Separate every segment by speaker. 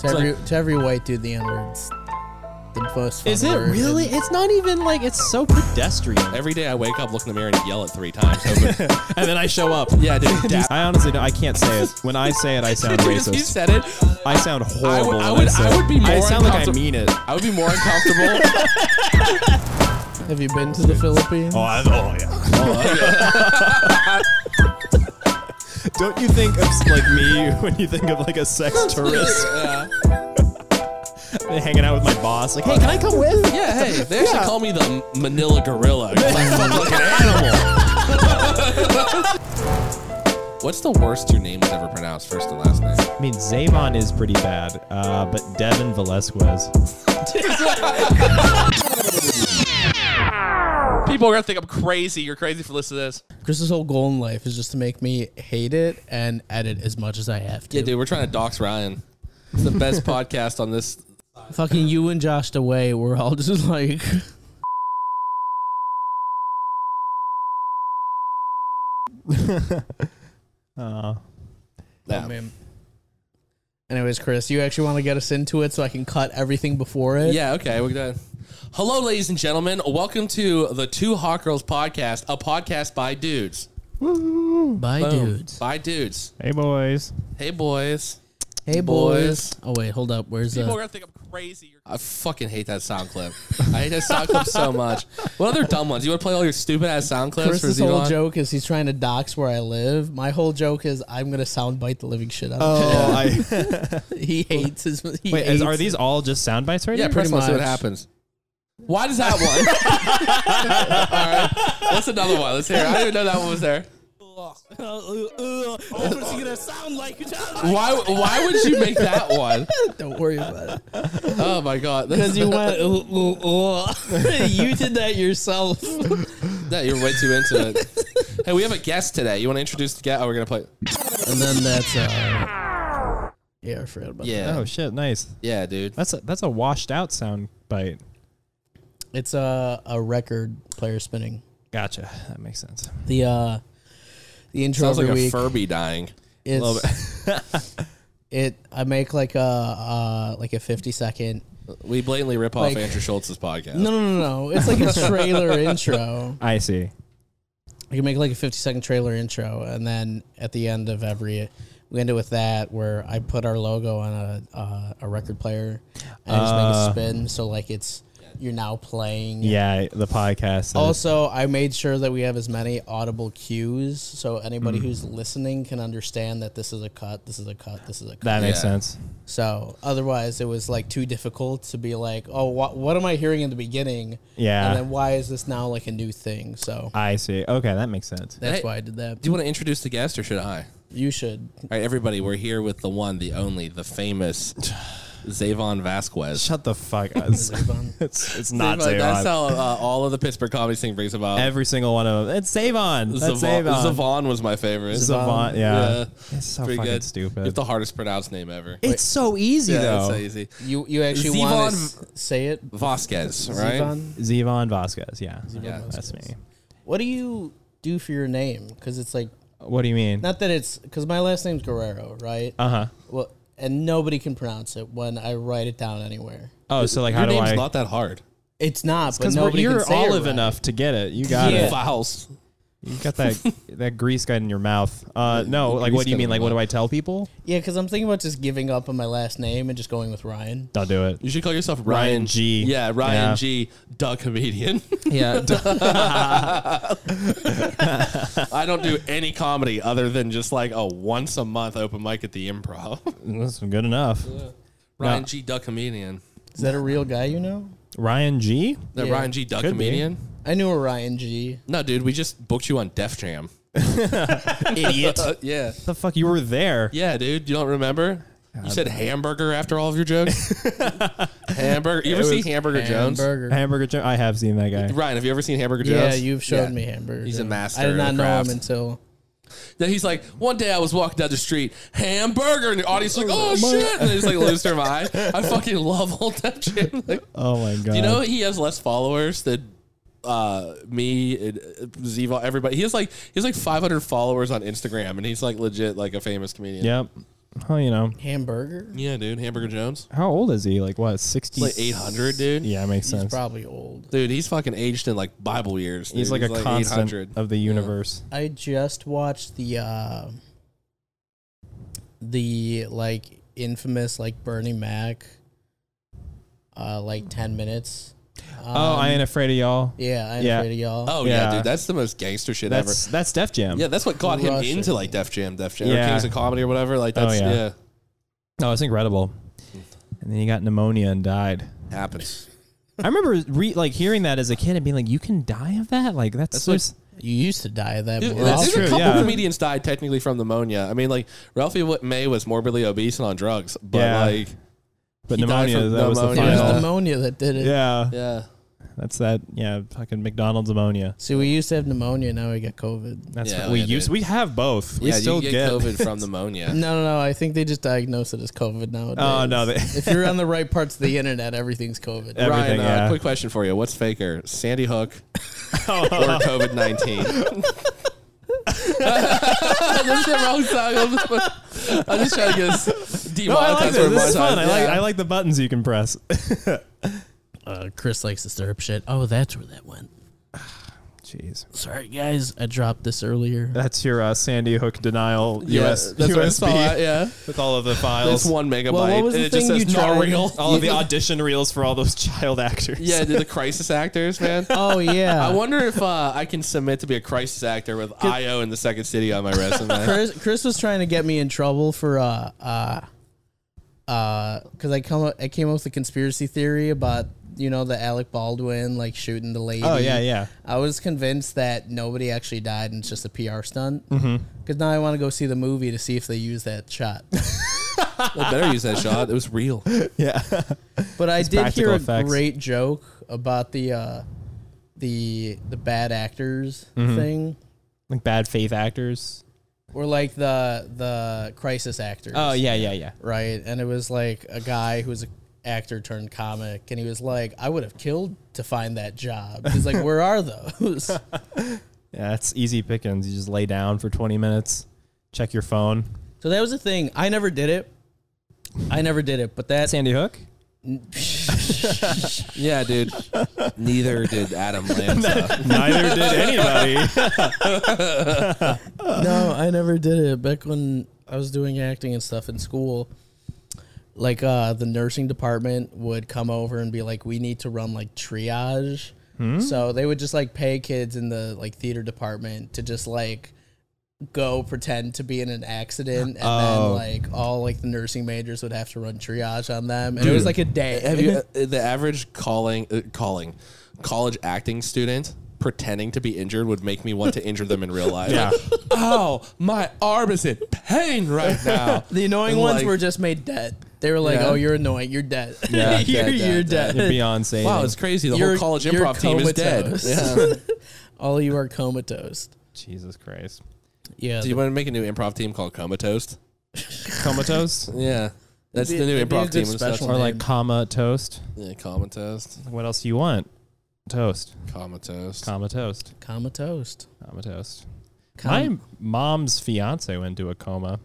Speaker 1: To
Speaker 2: It's
Speaker 1: every to every white dude, the N word's the most. Fun
Speaker 2: Is it
Speaker 1: word.
Speaker 2: really? It's not even like it's so pedestrian.
Speaker 3: Every day I wake up, look in the mirror, and yell it three times. hoping-
Speaker 2: And then I show up.
Speaker 3: yeah, dude. dab-
Speaker 2: I honestly don't. I can't say it. When I say it, I sound
Speaker 3: Dude, if you
Speaker 2: racist.
Speaker 3: said it.
Speaker 2: I sound horrible.
Speaker 3: I would,
Speaker 2: when
Speaker 3: I would,
Speaker 2: say
Speaker 3: I
Speaker 2: it.
Speaker 3: would be more.
Speaker 2: I sound like I
Speaker 3: uncomfortable-
Speaker 2: mean it.
Speaker 3: I would be more uncomfortable.
Speaker 1: Have you been to the Philippines?
Speaker 2: Oh, I, oh yeah. Oh, Don't you think of like me when you think of like a sex tourist
Speaker 3: yeah.
Speaker 2: hanging out with my boss? Like, hey, can I come with?
Speaker 3: yeah, hey, they actually call me the Manila Gorilla. 'cause I fuck like an animal. What's the worst your name was ever pronounced, first and last name?
Speaker 2: I mean, Zavon is pretty bad, uh, but Devin Velasquez.
Speaker 3: People are gonna think I'm crazy. You're crazy for listening to this.
Speaker 1: Chris's whole goal in life is just to make me hate it and edit as much as I have to.
Speaker 3: Yeah, dude, we're trying to dox Ryan. It's the best podcast on this.
Speaker 1: Fucking you and Josh away. We're all just like.
Speaker 2: Uh,
Speaker 3: Nah.
Speaker 1: I mean. Anyways, Chris, you actually want to get us into it so I can cut everything before it?
Speaker 3: Yeah, okay, we're done. Hello, ladies and gentlemen. Welcome to the Two Hot Girls podcast, a podcast by dudes.
Speaker 1: Bye,
Speaker 3: Boom.
Speaker 1: dudes.
Speaker 3: By Oh, dudes.
Speaker 2: hey, boys.
Speaker 3: Hey, boys.
Speaker 1: Hey,
Speaker 3: boys.
Speaker 1: boys. Oh, wait, hold up. Where's
Speaker 4: People are
Speaker 1: the.
Speaker 4: gonna think I'm crazy.
Speaker 3: I fucking hate that sound clip. I hate that sound clip so much. What other dumb ones? You want to play all your stupid ass sound clips
Speaker 1: Chris's whole
Speaker 3: Zevon?
Speaker 1: joke is he's trying to dox where I live. My whole joke is I'm gonna soundbite the living shit out of
Speaker 2: Oh, I,
Speaker 1: him. He hates his. He
Speaker 2: wait. Is,
Speaker 1: hates-
Speaker 2: are these all just sound bites right
Speaker 3: Yeah,
Speaker 2: now?
Speaker 3: pretty much.
Speaker 1: much.
Speaker 3: See what happens. Why does that one? all right. What's another one? Let's hear. It. I didn't even know that one was there.
Speaker 1: Oh,
Speaker 4: What's he gonna sound like?
Speaker 3: Why? Why would you make that one?
Speaker 1: Don't worry about it.
Speaker 3: Oh my god!
Speaker 1: Because you went. "Ooh, ooh, ooh." you did that yourself.
Speaker 3: Yeah, you're way too into it. hey, we have a guest today. You want to introduce the guest? Oh, we're gonna play.
Speaker 1: And then that's uh Yeah, I forgot about
Speaker 3: Yeah,
Speaker 2: Oh shit, nice.
Speaker 3: yeah, dude.
Speaker 2: That's a that's a washed out sound bite.
Speaker 1: that. It's uh, a record player spinning.
Speaker 2: Gotcha. That makes sense.
Speaker 1: The uh the intro
Speaker 3: Sounds
Speaker 1: every
Speaker 3: like a
Speaker 1: week
Speaker 3: Furby dying.
Speaker 1: is
Speaker 2: little
Speaker 1: it I make like a uh like a 50 second
Speaker 3: We blatantly rip off
Speaker 1: Like-
Speaker 3: Andrew Schultz's podcast.
Speaker 1: No, no, no, no. It's like a trailer intro.
Speaker 2: I see.
Speaker 1: You can make like a 50 second trailer intro and then at the end of every we end it with that where I put our logo on a uh, a record player and I
Speaker 2: Uh.
Speaker 1: just make a spin so like it's you're now playing
Speaker 2: Yeah, the podcast.
Speaker 1: Also, I made sure that we have as many audible cues so anybody
Speaker 2: Mm.
Speaker 1: who's listening can understand that this is a cut, this is a cut, this is a cut.
Speaker 2: that makes
Speaker 3: Yeah.
Speaker 2: sense.
Speaker 1: so, otherwise, it was like too difficult to be like, oh, wha- what am I hearing in the beginning?
Speaker 2: Yeah.
Speaker 1: And then why is this now like a new thing? So,
Speaker 2: I see. Okay, that makes sense.
Speaker 1: that's
Speaker 3: Hey,
Speaker 1: why I did that.
Speaker 3: Do you want to introduce the guest, or should I?
Speaker 1: You should.
Speaker 3: All right, everybody, we're here with the one, the only, the famous Zavon Vasquez.
Speaker 2: Shut the fuck up. it's,
Speaker 1: Zavon.
Speaker 2: it's it's not
Speaker 3: Zavon, That's
Speaker 2: Zavon.
Speaker 3: how uh, all of the Pittsburgh comedy scene brings about.
Speaker 2: Every single one of them. It's Zavon. That's
Speaker 3: Zavon,
Speaker 2: Zavon.
Speaker 3: Zavon was my favorite.
Speaker 2: Zavon.
Speaker 1: Zavon.
Speaker 2: Yeah. It's so
Speaker 3: pretty
Speaker 2: fucking
Speaker 3: good.
Speaker 2: stupid.
Speaker 3: It's the hardest pronounced name ever.
Speaker 2: it's so easy
Speaker 3: yeah,
Speaker 2: though.
Speaker 3: it's so easy.
Speaker 1: You you actually want
Speaker 3: Zevon-
Speaker 1: to say it,
Speaker 3: Vasquez, right?
Speaker 1: Zevon?
Speaker 2: Zavon Vasquez. Yeah.
Speaker 3: Yeah.
Speaker 2: That's me.
Speaker 1: What do you do for your name? Because it's like
Speaker 2: What do you mean?
Speaker 1: not that it's because my last name's Guerrero, right?
Speaker 2: Uh huh.
Speaker 1: Well, and nobody can pronounce it when I write it down anywhere.
Speaker 2: Oh, so like,
Speaker 3: Your
Speaker 2: how do
Speaker 3: name's
Speaker 2: I?
Speaker 3: not that hard.
Speaker 1: It's not, but
Speaker 2: Because we're-
Speaker 1: nobody
Speaker 2: you're
Speaker 1: can say it
Speaker 2: olive
Speaker 1: right.
Speaker 2: enough to get it. You got
Speaker 1: Yeah.
Speaker 2: it.
Speaker 3: Vowels.
Speaker 2: You got that that grease gun in your mouth. Uh, no, like what do you
Speaker 3: gun in
Speaker 2: mean? Like
Speaker 3: your
Speaker 2: what do I tell people?
Speaker 1: Yeah, because I'm thinking about just giving up on my last name and just going with Ryan.
Speaker 2: Don't do it.
Speaker 3: You should call yourself Ryan,
Speaker 2: Ryan G.
Speaker 3: Yeah, Ryan
Speaker 2: Yeah.
Speaker 3: G. Duh, comedian.
Speaker 1: Yeah,
Speaker 3: I don't do any comedy other than just like a once a month open mic at the improv.
Speaker 2: That's good enough.
Speaker 3: Ryan G. Duh, comedian.
Speaker 1: is that a real guy? You know,
Speaker 2: Ryan G.
Speaker 3: No,
Speaker 1: Yeah.
Speaker 3: Ryan G. Duh,
Speaker 2: Could be.
Speaker 3: comedian.
Speaker 1: I knew a Ryan G.
Speaker 3: No, dude, we just booked you on Def Jam.
Speaker 2: Idiot.
Speaker 3: Uh, yeah.
Speaker 2: the fuck? You were there.
Speaker 3: Yeah, dude. You don't remember? You said hamburger after all of your jokes? hamburger. You ever see Hamburger, Jones?
Speaker 1: Hamburger.
Speaker 2: Hamburger Joe. I have seen that guy.
Speaker 3: Ryan, have you ever seen Hamburger
Speaker 1: Yeah,
Speaker 3: Jones?
Speaker 1: you've showed
Speaker 3: Yeah.
Speaker 1: me Hamburger.
Speaker 3: He's a
Speaker 1: Jones.
Speaker 3: master
Speaker 1: I
Speaker 3: of
Speaker 1: did
Speaker 3: the
Speaker 1: not know
Speaker 3: craft.
Speaker 1: him until
Speaker 3: Then he's like, one day I was walking down the street, hamburger, and the audience is like, oh shit, and they just like lose their mind. I fucking love old Def Jam. Like,
Speaker 2: Oh my god.
Speaker 3: do you know he has less followers than uh, me and uh, Zevo, everybody. He has like he has like 500 followers on Instagram, and he's like legit like a famous comedian.
Speaker 2: Yep. Well, you know,
Speaker 1: Hamburger?
Speaker 3: Yeah, dude. Hamburger Jones.
Speaker 2: how old is he? Like what? Sixty?
Speaker 3: He's like 800, dude.
Speaker 2: Yeah, it makes
Speaker 1: He's
Speaker 2: sense.
Speaker 1: probably old.
Speaker 3: Dude, he's fucking aged in like Bible years. dude.
Speaker 2: he's like a constant
Speaker 3: 800.
Speaker 2: of the universe.
Speaker 1: I just watched the uh the like infamous like Bernie Mac uh like 10 minutes.
Speaker 2: oh,
Speaker 1: Um,
Speaker 2: I ain't afraid of y'all.
Speaker 1: Yeah, I ain't
Speaker 2: Yeah.
Speaker 1: afraid of y'all.
Speaker 3: Oh, yeah.
Speaker 2: Yeah.
Speaker 3: dude. That's the most gangster shit ever.
Speaker 2: That's that's Def Jam.
Speaker 3: Yeah, that's what got him
Speaker 1: Rush it.
Speaker 3: into like Def Jam, Def Jam,
Speaker 2: Yeah.
Speaker 3: or Kings of Comedy or whatever. Like
Speaker 2: Oh,
Speaker 3: that's
Speaker 2: yeah.
Speaker 3: yeah.
Speaker 2: No, Oh, it's incredible. And then he got pneumonia and died.
Speaker 3: happens.
Speaker 2: I remember re- like hearing that as a kid and being like, "You can die of that." Like that's,
Speaker 3: That's like-
Speaker 2: just-
Speaker 1: You used to die of that.
Speaker 3: Dude,
Speaker 1: but-
Speaker 3: there's
Speaker 2: true,
Speaker 3: a couple
Speaker 2: yeah.
Speaker 3: comedians died technically from pneumonia. I mean, like Ralphie W- May was morbidly obese and on drugs, but
Speaker 2: Yeah.
Speaker 3: like,
Speaker 2: but
Speaker 3: He died
Speaker 2: pneumonia. That
Speaker 3: from
Speaker 2: was the
Speaker 3: pneumonia.
Speaker 1: it was
Speaker 2: final.
Speaker 1: pneumonia that did it.
Speaker 2: Yeah,
Speaker 3: yeah,
Speaker 2: that's that. Yeah, fucking McDonald's ammonia.
Speaker 1: See, we used to have pneumonia. Now we got COVID.
Speaker 2: That's
Speaker 3: Yeah,
Speaker 2: what we
Speaker 3: yeah,
Speaker 2: use.
Speaker 3: dude.
Speaker 2: We have both. We
Speaker 3: yeah,
Speaker 2: still
Speaker 3: you get, COVID from pneumonia.
Speaker 1: No, no, no. I think they just diagnose it as COVID nowadays.
Speaker 2: Oh, no, they-
Speaker 1: if you're on the right parts of the internet, everything's COVID.
Speaker 2: Yeah.
Speaker 3: Ryan,
Speaker 2: everything, yeah.
Speaker 3: uh, quick question for you: What's faker, Sandy Hook, or COVID nineteen? That's the wrong song. I'm just- I'm just trying to get us demonetized.
Speaker 2: No, I like
Speaker 3: for
Speaker 2: this. This is fun. I
Speaker 3: monetized.
Speaker 2: like
Speaker 3: Yeah.
Speaker 2: I like the buttons you can press.
Speaker 1: Uh, Chris likes to stir up shit. Oh, that's where that went.
Speaker 2: Jeez,
Speaker 1: Sorry, guys. I dropped this earlier.
Speaker 2: that's your uh, Sandy Hook denial
Speaker 3: Yeah,
Speaker 2: US
Speaker 3: that's what I
Speaker 2: USB
Speaker 3: saw, yeah.
Speaker 2: with all of the files.
Speaker 3: That's one megabyte.
Speaker 1: Well, what was
Speaker 3: and
Speaker 1: the
Speaker 3: it just
Speaker 1: thing
Speaker 3: says
Speaker 1: you
Speaker 3: not
Speaker 1: tried?
Speaker 3: real.
Speaker 2: all of the audition reels for all those child actors.
Speaker 3: Yeah, dude, the crisis actors, man.
Speaker 1: Oh yeah.
Speaker 3: I wonder if uh, I can submit to be a crisis actor with IO in the second city on my resume.
Speaker 1: Chris, Chris was trying to get me in trouble for uh uh uh because I come up, I came up with a conspiracy theory about you know the Alec Baldwin like shooting the lady.
Speaker 2: Oh yeah, yeah.
Speaker 1: I was convinced that nobody actually died and it's just a PR stunt. Because
Speaker 2: Mm-hmm.
Speaker 1: now I want to go see the movie to see if they use that shot.
Speaker 3: I better use that shot. It was real.
Speaker 2: Yeah.
Speaker 1: But I did
Speaker 2: practical
Speaker 1: hear a
Speaker 2: effects.
Speaker 1: great joke about the uh, the the bad actors
Speaker 2: Mm-hmm.
Speaker 1: thing,
Speaker 2: like bad faith actors.
Speaker 1: or like the the crisis actors.
Speaker 2: Oh yeah, yeah, yeah.
Speaker 1: right? And it was like a guy who was an actor turned comic, and he was like, "I would have killed to find that job." He's like, "Where are those?"
Speaker 2: Yeah, that's easy pickings. You just lay down for 20 minutes, check your phone.
Speaker 1: so that was the thing. I never did it. I never did it, but that
Speaker 2: Sandy Hook?
Speaker 3: Yeah, dude. Neither did Adam Lanza.
Speaker 2: Neither did anybody.
Speaker 1: no, I never did it. Back when I was doing acting and stuff in school, like uh, the nursing department would come over and be like, "We need to run like triage."
Speaker 3: Hmm?
Speaker 1: So they would just like pay kids in the like theater department to just like go pretend to be in an accident, and
Speaker 3: Oh.
Speaker 1: then like all like the nursing majors would have to run triage on them, and it was like a day.
Speaker 3: Have you, uh, the average calling, uh, calling, college acting student pretending to be injured would make me want to injure them in real life.
Speaker 2: Yeah.
Speaker 3: Like, oh, my arm is in pain right now.
Speaker 1: the annoying
Speaker 3: And,
Speaker 1: ones
Speaker 3: like-
Speaker 1: were just made dead. They were like,
Speaker 3: Yeah.
Speaker 1: "Oh, you're annoying. You're dead.
Speaker 2: Yeah,
Speaker 1: you're,
Speaker 3: dead, dead,
Speaker 1: you're
Speaker 3: dead.
Speaker 1: dead."
Speaker 2: You're beyond saving.
Speaker 3: Wow, it's crazy. The
Speaker 1: You're-
Speaker 3: whole college
Speaker 1: you're
Speaker 3: improv team is dead.
Speaker 1: comatose.
Speaker 3: Yeah.
Speaker 1: All you are comatose.
Speaker 2: Jesus Christ.
Speaker 1: Yeah.
Speaker 3: Do you want to make a new improv team called Comatose?
Speaker 2: Comatose?
Speaker 3: Yeah. That's
Speaker 1: It'd
Speaker 3: the
Speaker 1: be-
Speaker 3: new
Speaker 1: it'd be a
Speaker 3: improv
Speaker 1: good
Speaker 3: team. and stuff.
Speaker 1: special.
Speaker 2: or like comma toast?
Speaker 3: Yeah, Comatose.
Speaker 2: What else do you want? Toast.
Speaker 3: Comatose.
Speaker 2: Comma toast.
Speaker 1: comatose?
Speaker 2: Comma toast. My
Speaker 1: Com-
Speaker 2: mom's fiance went into a coma.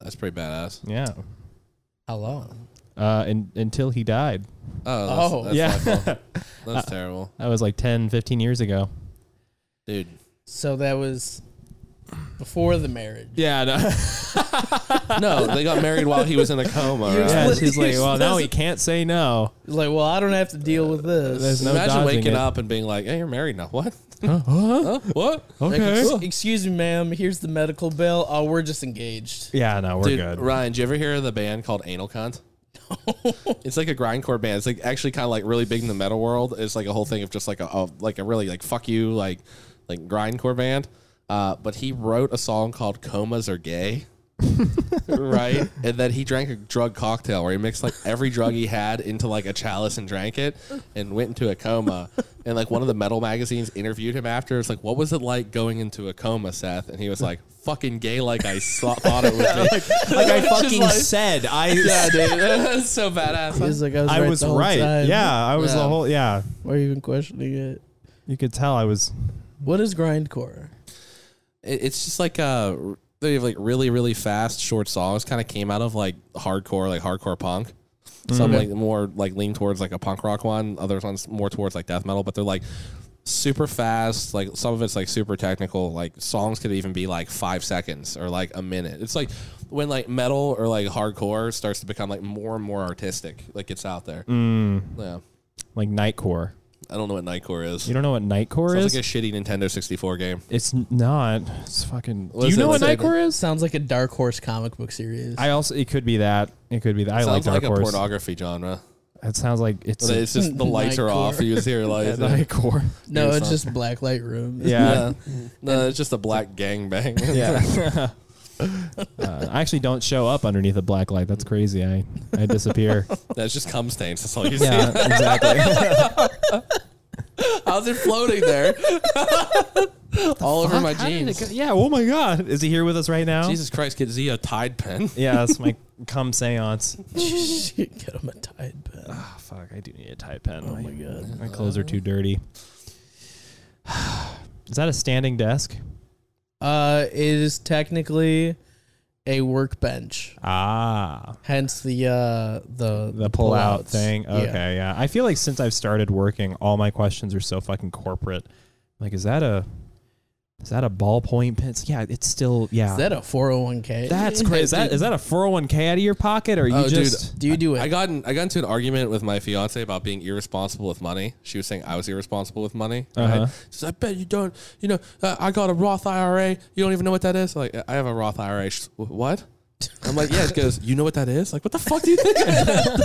Speaker 3: That's pretty badass.
Speaker 2: Yeah.
Speaker 1: How long?
Speaker 2: Uh, and, until he died.
Speaker 3: Oh, that's,
Speaker 1: Oh. Uh,
Speaker 3: that's
Speaker 2: yeah.
Speaker 3: awful. That's terrible.
Speaker 2: that was like 10, 15 years ago.
Speaker 3: Dude.
Speaker 1: So that was before the marriage.
Speaker 2: Yeah. No.
Speaker 3: No, they got married while he was in a coma,
Speaker 1: You're
Speaker 3: right?
Speaker 2: yeah
Speaker 1: What
Speaker 2: she's like,
Speaker 1: is
Speaker 2: well, now
Speaker 1: this?
Speaker 2: he can't say no.
Speaker 1: It's Like, well, I don't have to deal with
Speaker 2: There's
Speaker 1: this.
Speaker 2: no
Speaker 3: Imagine
Speaker 2: dodging
Speaker 3: waking
Speaker 2: it.
Speaker 3: up and being like, hey, you're married now. What?
Speaker 2: Huh? Oh,
Speaker 3: What?
Speaker 1: Like,
Speaker 2: Okay.
Speaker 1: ex- excuse me, ma'am. Here's the medical bill. Oh, we're just engaged.
Speaker 2: Yeah, no, we're
Speaker 3: Dude,
Speaker 2: good.
Speaker 3: Ryan, did you ever hear of the band called Anal Cunt? it's like a grindcore band. It's like actually kind of like really big in the metal world. It's like a whole thing of just like a, a like a really like fuck you like like grindcore band. Uh, but he wrote a song called "Comas Are Gay," right? And then he drank a drug cocktail where he mixed like every drug he had into like a chalice and drank it, and went into a coma. And like one of the metal magazines interviewed him after. It's like, what was it like going into a coma, Seth? And he was like, "Fucking gay, like I saw- thought it would be."
Speaker 2: like I fucking
Speaker 3: like-
Speaker 2: said, I
Speaker 3: Yeah, dude. That's so badass.
Speaker 1: He's like, I was
Speaker 2: I
Speaker 1: right.
Speaker 2: was
Speaker 1: the whole
Speaker 2: right.
Speaker 1: time.
Speaker 2: Yeah, I was the
Speaker 3: Yeah.
Speaker 2: whole yeah.
Speaker 1: Why are you even questioning it?
Speaker 2: You could tell I was
Speaker 1: What is grindcore?
Speaker 3: It- It's just like uh, r- they have like really really fast short songs kind of came out of like hardcore like hardcore punk
Speaker 2: Mm.
Speaker 3: some like more like lean towards like a punk rock one others ones more towards like death metal but they're like super fast like some of it's like super technical like songs could even be like five seconds or like a minute it's like when like metal or like hardcore starts to become like more and more artistic like it's out there
Speaker 2: Mm.
Speaker 3: yeah
Speaker 2: like Nightcore.
Speaker 3: i don't know what nightcore is
Speaker 2: You don't know what Nightcore is?
Speaker 3: Sounds like a shitty Nintendo 64 game.
Speaker 2: it's n- not. It's fucking. Do you
Speaker 3: Listen,
Speaker 2: know what
Speaker 3: listen.
Speaker 2: Nightcore is?
Speaker 1: Sounds like a Dark Horse comic book series.
Speaker 2: I also. It could be that. It could be that. I like
Speaker 3: Sounds
Speaker 2: Dark
Speaker 3: like a
Speaker 2: Horse.
Speaker 3: pornography genre.
Speaker 2: That sounds like it's
Speaker 3: But
Speaker 2: a
Speaker 3: it's just the lights are off.
Speaker 1: Nightcore.
Speaker 3: You just hear lights.
Speaker 2: Nightcore.
Speaker 1: no,
Speaker 3: or
Speaker 1: it's just Blacklight Room.
Speaker 2: Yeah.
Speaker 3: Yeah. No, it's just a black gangbang.
Speaker 2: Yeah. uh, I actually don't show up underneath a black light. That's crazy. I, I disappear.
Speaker 3: That's just cum stains. That's all you see.
Speaker 2: yeah, exactly.
Speaker 3: How's it floating there? all over my jeans.
Speaker 2: Yeah. Oh my God. Is he here with us right now?
Speaker 3: Jesus Christ, get Zia a Tide pen.
Speaker 2: Yeah, that's my cum seance.
Speaker 1: Shit, Get him a Tide Pen.
Speaker 2: Oh, fuck, I do need a tie pen.
Speaker 1: Oh my god.
Speaker 2: My clothes are too dirty. Is that a standing desk?
Speaker 1: Uh, it is technically a workbench,
Speaker 2: Ah,
Speaker 1: hence the uh the
Speaker 2: the pull out
Speaker 1: pullouts.
Speaker 2: thing.
Speaker 1: Yeah.
Speaker 2: Okay, yeah. I feel like since I've started working, all my questions are so fucking corporate. Like, is that a is that a ballpoint pen? It's- Yeah, it's still yeah.
Speaker 1: Is that a four hundred one k?
Speaker 2: That's crazy. Is that, is that a 401k out of your pocket or are you
Speaker 3: Oh, dude.
Speaker 2: just
Speaker 1: Do you do it?
Speaker 3: I got in, I got into an argument with my fiance about being irresponsible with money. She was saying I was irresponsible with money. Right?
Speaker 2: Uh-huh.
Speaker 3: She says, "I bet you don't. You know, uh, I got a Roth IRA. You don't even know what that is. Like, I have a Roth IRA. She's, "Wh- what? I'm like, yeah. She goes, you know what that is? Like, what the fuck do you think?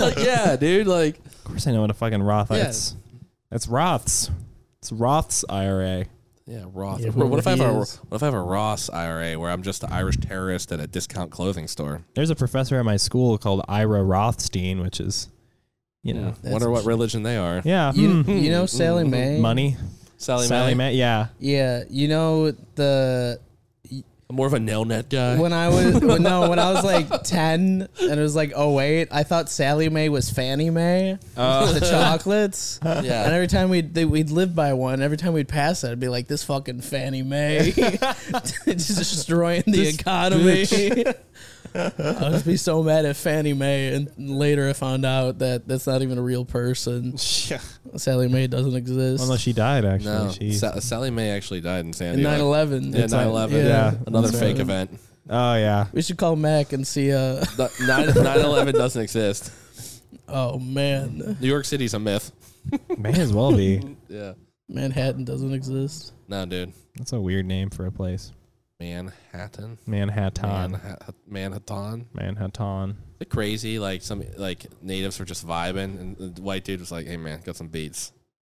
Speaker 3: like, yeah, dude. Like,
Speaker 2: Of course I know what a fucking Roth
Speaker 3: Yeah.
Speaker 2: is. That's Roths. It's Roth's IRA.
Speaker 3: yeah, Roth.
Speaker 1: Yeah,
Speaker 3: Bro, what if I have a
Speaker 1: whoever he
Speaker 3: what
Speaker 1: is.
Speaker 3: if I have a Ross IRA where I'm just an Irish terrorist at a discount clothing store?
Speaker 2: There's a professor at my school called Ira Rothstein, which is, you know,
Speaker 3: Yeah. Wonder what religion they are.
Speaker 2: yeah,
Speaker 1: you,
Speaker 2: hmm.
Speaker 1: you know Sally Mae?
Speaker 2: money, Sally
Speaker 3: Sally, Sally
Speaker 2: Mae, yeah,
Speaker 1: Yeah, you know the
Speaker 3: I'm more of a nail net guy.
Speaker 1: when I was when, no when I was like ten and it was like oh wait I thought Sally Mae was Fannie Mae the chocolates
Speaker 3: Oh. Yeah.
Speaker 1: and every time we'd they, we'd live by one every time we'd pass it I'd be like this fucking Fannie Mae just destroying the economy I'd just be so mad at Fannie Mae and later I found out that that's not even a real person Sally Mae doesn't exist
Speaker 2: unless she died actually.
Speaker 3: No,
Speaker 2: She,
Speaker 3: Sa- Sally Mae actually died in San
Speaker 1: in
Speaker 3: Diego.
Speaker 1: 9/11
Speaker 3: Yeah, 9/11.
Speaker 2: yeah.
Speaker 3: Another
Speaker 1: That's
Speaker 3: fake
Speaker 1: right.
Speaker 3: event.
Speaker 2: oh yeah,
Speaker 1: we should call Mac and see uh
Speaker 3: 9 11 doesn't exist.
Speaker 1: oh man
Speaker 3: New York City's a myth.
Speaker 2: may as well be.
Speaker 3: Yeah.
Speaker 1: Manhattan doesn't exist.
Speaker 3: No, dude.
Speaker 2: That's a weird name for a place.
Speaker 3: Manhattan.
Speaker 2: Manhattan,
Speaker 3: Manha- Manhattan.
Speaker 2: Manhattan.
Speaker 3: The crazy, like some like natives were just vibing, and the white dude was like, "Hey man, got some beats."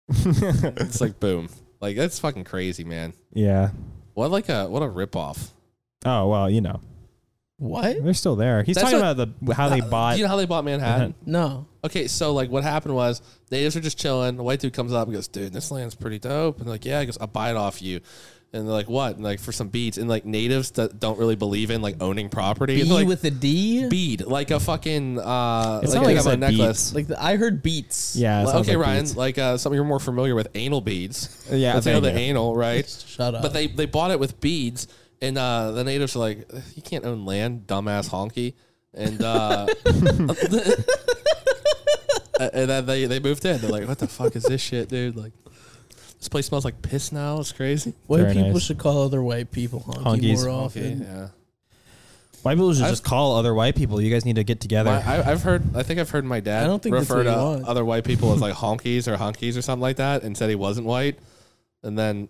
Speaker 3: It's like boom, like that's fucking crazy, man.
Speaker 2: yeah.
Speaker 3: What like a what a ripoff.
Speaker 2: Oh well, you know,
Speaker 1: What?
Speaker 2: they're still there. He's
Speaker 3: That's
Speaker 2: talking
Speaker 3: what-
Speaker 2: about the how they bought.
Speaker 3: Do you know how they bought Manhattan?
Speaker 1: No.
Speaker 3: Okay, so like what happened was natives are just chilling. The white dude comes up and goes, "Dude, this land's pretty dope." And they're like, "Yeah," he goes, "I'll buy it off you." And they're like, "What?" And like for some beads. And like natives that don't really believe in like owning property. And
Speaker 1: B
Speaker 3: they're like,
Speaker 1: with a D?
Speaker 3: bead, like a fucking. Uh,
Speaker 2: It's
Speaker 3: like
Speaker 2: not like
Speaker 3: I got
Speaker 2: it's
Speaker 3: my
Speaker 2: a
Speaker 3: necklace.
Speaker 1: Like the, I heard beats.
Speaker 2: yeah. it
Speaker 3: Well,
Speaker 2: sounds
Speaker 3: okay,
Speaker 2: like
Speaker 3: Ryan,
Speaker 2: beats.
Speaker 3: like uh, something you're more familiar with, anal beads.
Speaker 2: Yeah,
Speaker 3: That's the
Speaker 2: thank
Speaker 3: other
Speaker 2: you.
Speaker 3: anal, right?
Speaker 1: Shut up.
Speaker 3: But they they bought it with beads, and uh, the natives are like, "You can't own land, dumbass honky," and uh, and then they they moved in. They're like, "What the fuck is this shit, dude?" Like. This place smells like piss now. It's crazy.
Speaker 1: white
Speaker 2: Very
Speaker 1: people
Speaker 2: nice.
Speaker 1: should call other white people honky
Speaker 2: Honkies.
Speaker 1: more
Speaker 3: Okay,
Speaker 1: often.
Speaker 3: yeah.
Speaker 2: White people should
Speaker 3: I've-
Speaker 2: just call other white people. You guys need to get together.
Speaker 3: My, I, I've heard. I think I've heard my dad
Speaker 1: I don't think that's
Speaker 3: refer
Speaker 1: what
Speaker 3: to
Speaker 1: you want.
Speaker 3: other white people as like honkies or honkies or something like that, and said he wasn't white, and then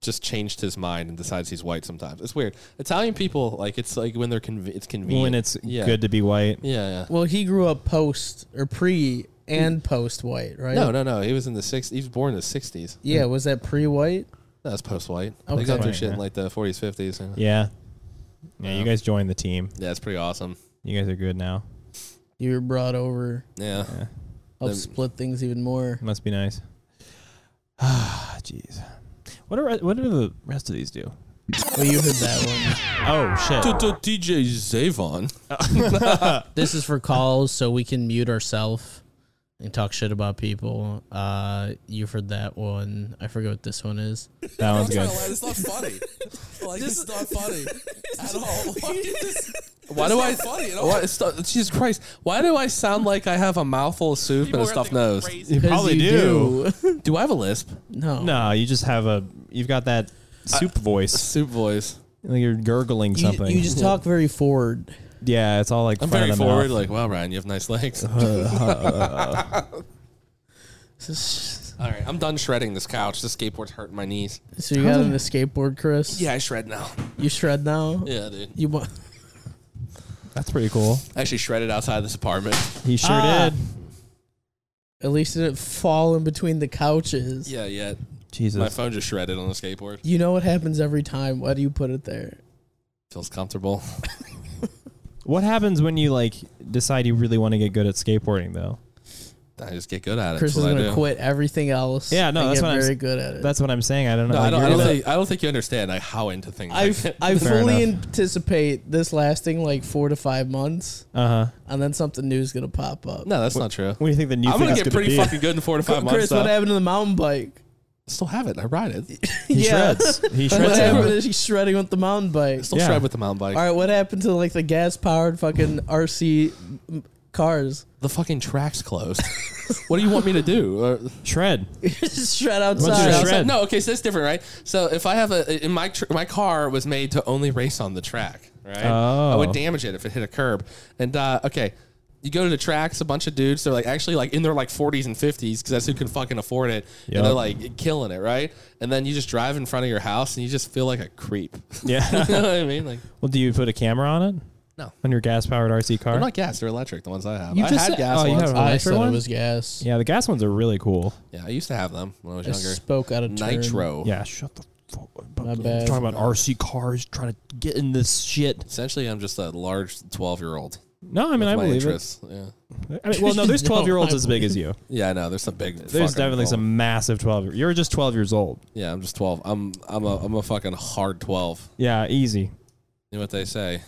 Speaker 3: just changed his mind and decides he's white. Sometimes it's weird. Italian people like it's like when they're conv- it's convenient
Speaker 2: when it's
Speaker 3: yeah.
Speaker 2: good to be white.
Speaker 3: Yeah, yeah.
Speaker 1: Well, he grew up post or pre and post white, right?
Speaker 3: No, no, no. He was in the six. He was born in the sixties.
Speaker 1: Yeah, was that pre white?
Speaker 3: That was post-white. They
Speaker 1: Okay.
Speaker 3: got through
Speaker 2: Right,
Speaker 3: shit in
Speaker 2: yeah.
Speaker 3: like the forties, fifties. Yeah.
Speaker 2: Yeah. Yeah, you guys joined the team.
Speaker 3: yeah, it's pretty awesome.
Speaker 2: You guys are good now.
Speaker 1: You were brought over.
Speaker 3: Yeah.
Speaker 1: Helped
Speaker 3: Um,
Speaker 1: split things even more.
Speaker 2: It must be nice. Ah, jeez. What are what do the rest of these do?
Speaker 1: Well, you heard that one.
Speaker 2: Oh shit!
Speaker 3: DJ Zavon.
Speaker 1: This is for calls, so we can mute ourselves and talk shit about people. Uh, you've heard that one. I forget what this one is.
Speaker 2: That one's good.
Speaker 5: It's not funny. Like it's not funny at all. Like, it's-
Speaker 3: Why do I?
Speaker 5: not funny at all.
Speaker 3: Why, it's not- Jesus Christ! Why do I sound like I have a mouthful of soup
Speaker 4: People
Speaker 3: and a
Speaker 4: are
Speaker 3: stuffed
Speaker 4: going
Speaker 3: nose?
Speaker 4: crazy.
Speaker 2: You
Speaker 1: 'Cause
Speaker 2: probably
Speaker 1: you
Speaker 2: do.
Speaker 1: do.
Speaker 3: Do I have a lisp?
Speaker 1: no.
Speaker 2: No, you just have a. You've got that soup voice.
Speaker 3: Soup voice.
Speaker 2: Like you're gurgling
Speaker 1: You,
Speaker 2: something.
Speaker 1: you just talk very forward.
Speaker 2: Yeah, it's all like.
Speaker 3: I'm
Speaker 2: front
Speaker 3: very
Speaker 2: of the
Speaker 3: forward.
Speaker 2: mouth.
Speaker 3: Like, wow, Ryan, you have nice legs. All right, I'm done shredding this couch. This skateboard's hurting my knees.
Speaker 1: So you got on the skateboard, Chris?
Speaker 3: Yeah, I shred now.
Speaker 1: You shred now?
Speaker 3: Yeah, dude.
Speaker 1: You want?
Speaker 2: That's pretty cool.
Speaker 3: I actually shredded outside this apartment.
Speaker 2: He sure
Speaker 1: Ah.
Speaker 2: did.
Speaker 1: At least it didn't fall in between the couches.
Speaker 3: Yeah, yeah. My
Speaker 2: Jesus.
Speaker 3: phone just shredded on the skateboard.
Speaker 1: You know what happens every time. Why do you put it there?
Speaker 3: Feels comfortable.
Speaker 2: what happens when you like decide you really want to get good at skateboarding though?
Speaker 3: I just get good at it.
Speaker 1: Chris
Speaker 3: That's
Speaker 1: is
Speaker 3: what I
Speaker 1: gonna
Speaker 3: do.
Speaker 1: quit everything else.
Speaker 2: Yeah, no,
Speaker 1: and
Speaker 2: that's
Speaker 1: get
Speaker 2: what I'm
Speaker 1: very
Speaker 2: s-
Speaker 1: good at it.
Speaker 2: That's what I'm saying. I don't know.
Speaker 3: No, I
Speaker 2: Like,
Speaker 3: don't. I
Speaker 2: you're
Speaker 3: don't
Speaker 2: the-
Speaker 3: think. I don't think you understand like how into things.
Speaker 1: I
Speaker 3: I
Speaker 1: f- I
Speaker 2: Fair
Speaker 1: fully anticipate this lasting like four to five months,
Speaker 2: Uh-huh.
Speaker 1: and then something new is gonna pop up.
Speaker 3: no, that's not true.
Speaker 2: What do you think the new
Speaker 3: I'm
Speaker 2: thing
Speaker 3: gonna
Speaker 2: is
Speaker 3: get
Speaker 2: gonna
Speaker 3: pretty
Speaker 2: be?
Speaker 3: fucking good in four to five months.
Speaker 1: Chris, what
Speaker 3: though.
Speaker 1: happened to the mountain bike?
Speaker 3: Still have it. I ride it.
Speaker 2: He
Speaker 1: Yeah.
Speaker 2: shreds. He
Speaker 1: What
Speaker 2: shreds.
Speaker 1: happened
Speaker 2: it.
Speaker 1: to shredding with the mountain bike?
Speaker 3: Still
Speaker 2: Yeah.
Speaker 3: shred with the mountain bike.
Speaker 1: All right, what happened to like the gas powered fucking RC m- cars?
Speaker 3: The fucking track's closed. what do you want me to do? Or-
Speaker 2: Shred.
Speaker 1: Just shred
Speaker 2: you
Speaker 1: outside.
Speaker 2: to
Speaker 3: Yeah,
Speaker 2: shred?
Speaker 3: so- no, okay, so that's different, right? So if I have a in my tr- my car was made to only race on the track, right?
Speaker 2: Oh.
Speaker 3: I would damage it if it hit a curb. And uh, okay, you go to the tracks, a bunch of dudes. They're like actually like in their like 40s and 50s because that's who can fucking afford it.
Speaker 2: Yep.
Speaker 3: And they're like killing it, right? And then you just drive in front of your house and you just feel like a creep.
Speaker 2: Yeah.
Speaker 3: you know what I mean? Like
Speaker 2: well, do you put a camera on it?
Speaker 3: No.
Speaker 2: On your gas powered RC car?
Speaker 3: they're not gas, they're electric. The ones I have.
Speaker 2: You
Speaker 3: I
Speaker 2: just
Speaker 3: had
Speaker 2: said-
Speaker 3: gas
Speaker 2: oh, you
Speaker 3: once.
Speaker 2: have-
Speaker 1: I
Speaker 2: Electric
Speaker 1: said it
Speaker 2: one?
Speaker 1: was gas.
Speaker 2: yeah, the gas ones are really cool.
Speaker 3: yeah, I used to have them when I was
Speaker 1: I
Speaker 3: younger.
Speaker 1: spoke out of turn.
Speaker 3: Nitro.
Speaker 2: Yeah, shut the fuck up.
Speaker 1: My bad.
Speaker 2: Talking about RC cars, trying to get in this shit.
Speaker 3: Essentially, I'm just a large 12 year old.
Speaker 2: No, I mean, I
Speaker 3: my
Speaker 2: believe
Speaker 3: interests. Yeah.
Speaker 2: it. I mean, well, no, there's
Speaker 1: No,
Speaker 2: 12 year olds
Speaker 1: I
Speaker 2: as big as you.
Speaker 3: Yeah, I know. There's some big.
Speaker 2: There's
Speaker 3: fucking
Speaker 2: definitely
Speaker 3: problem.
Speaker 2: some massive 12 You're just 12 years old.
Speaker 3: Yeah, I'm just 12. I'm I'm a I'm a fucking hard 12.
Speaker 2: Yeah, easy.
Speaker 3: You know what they say?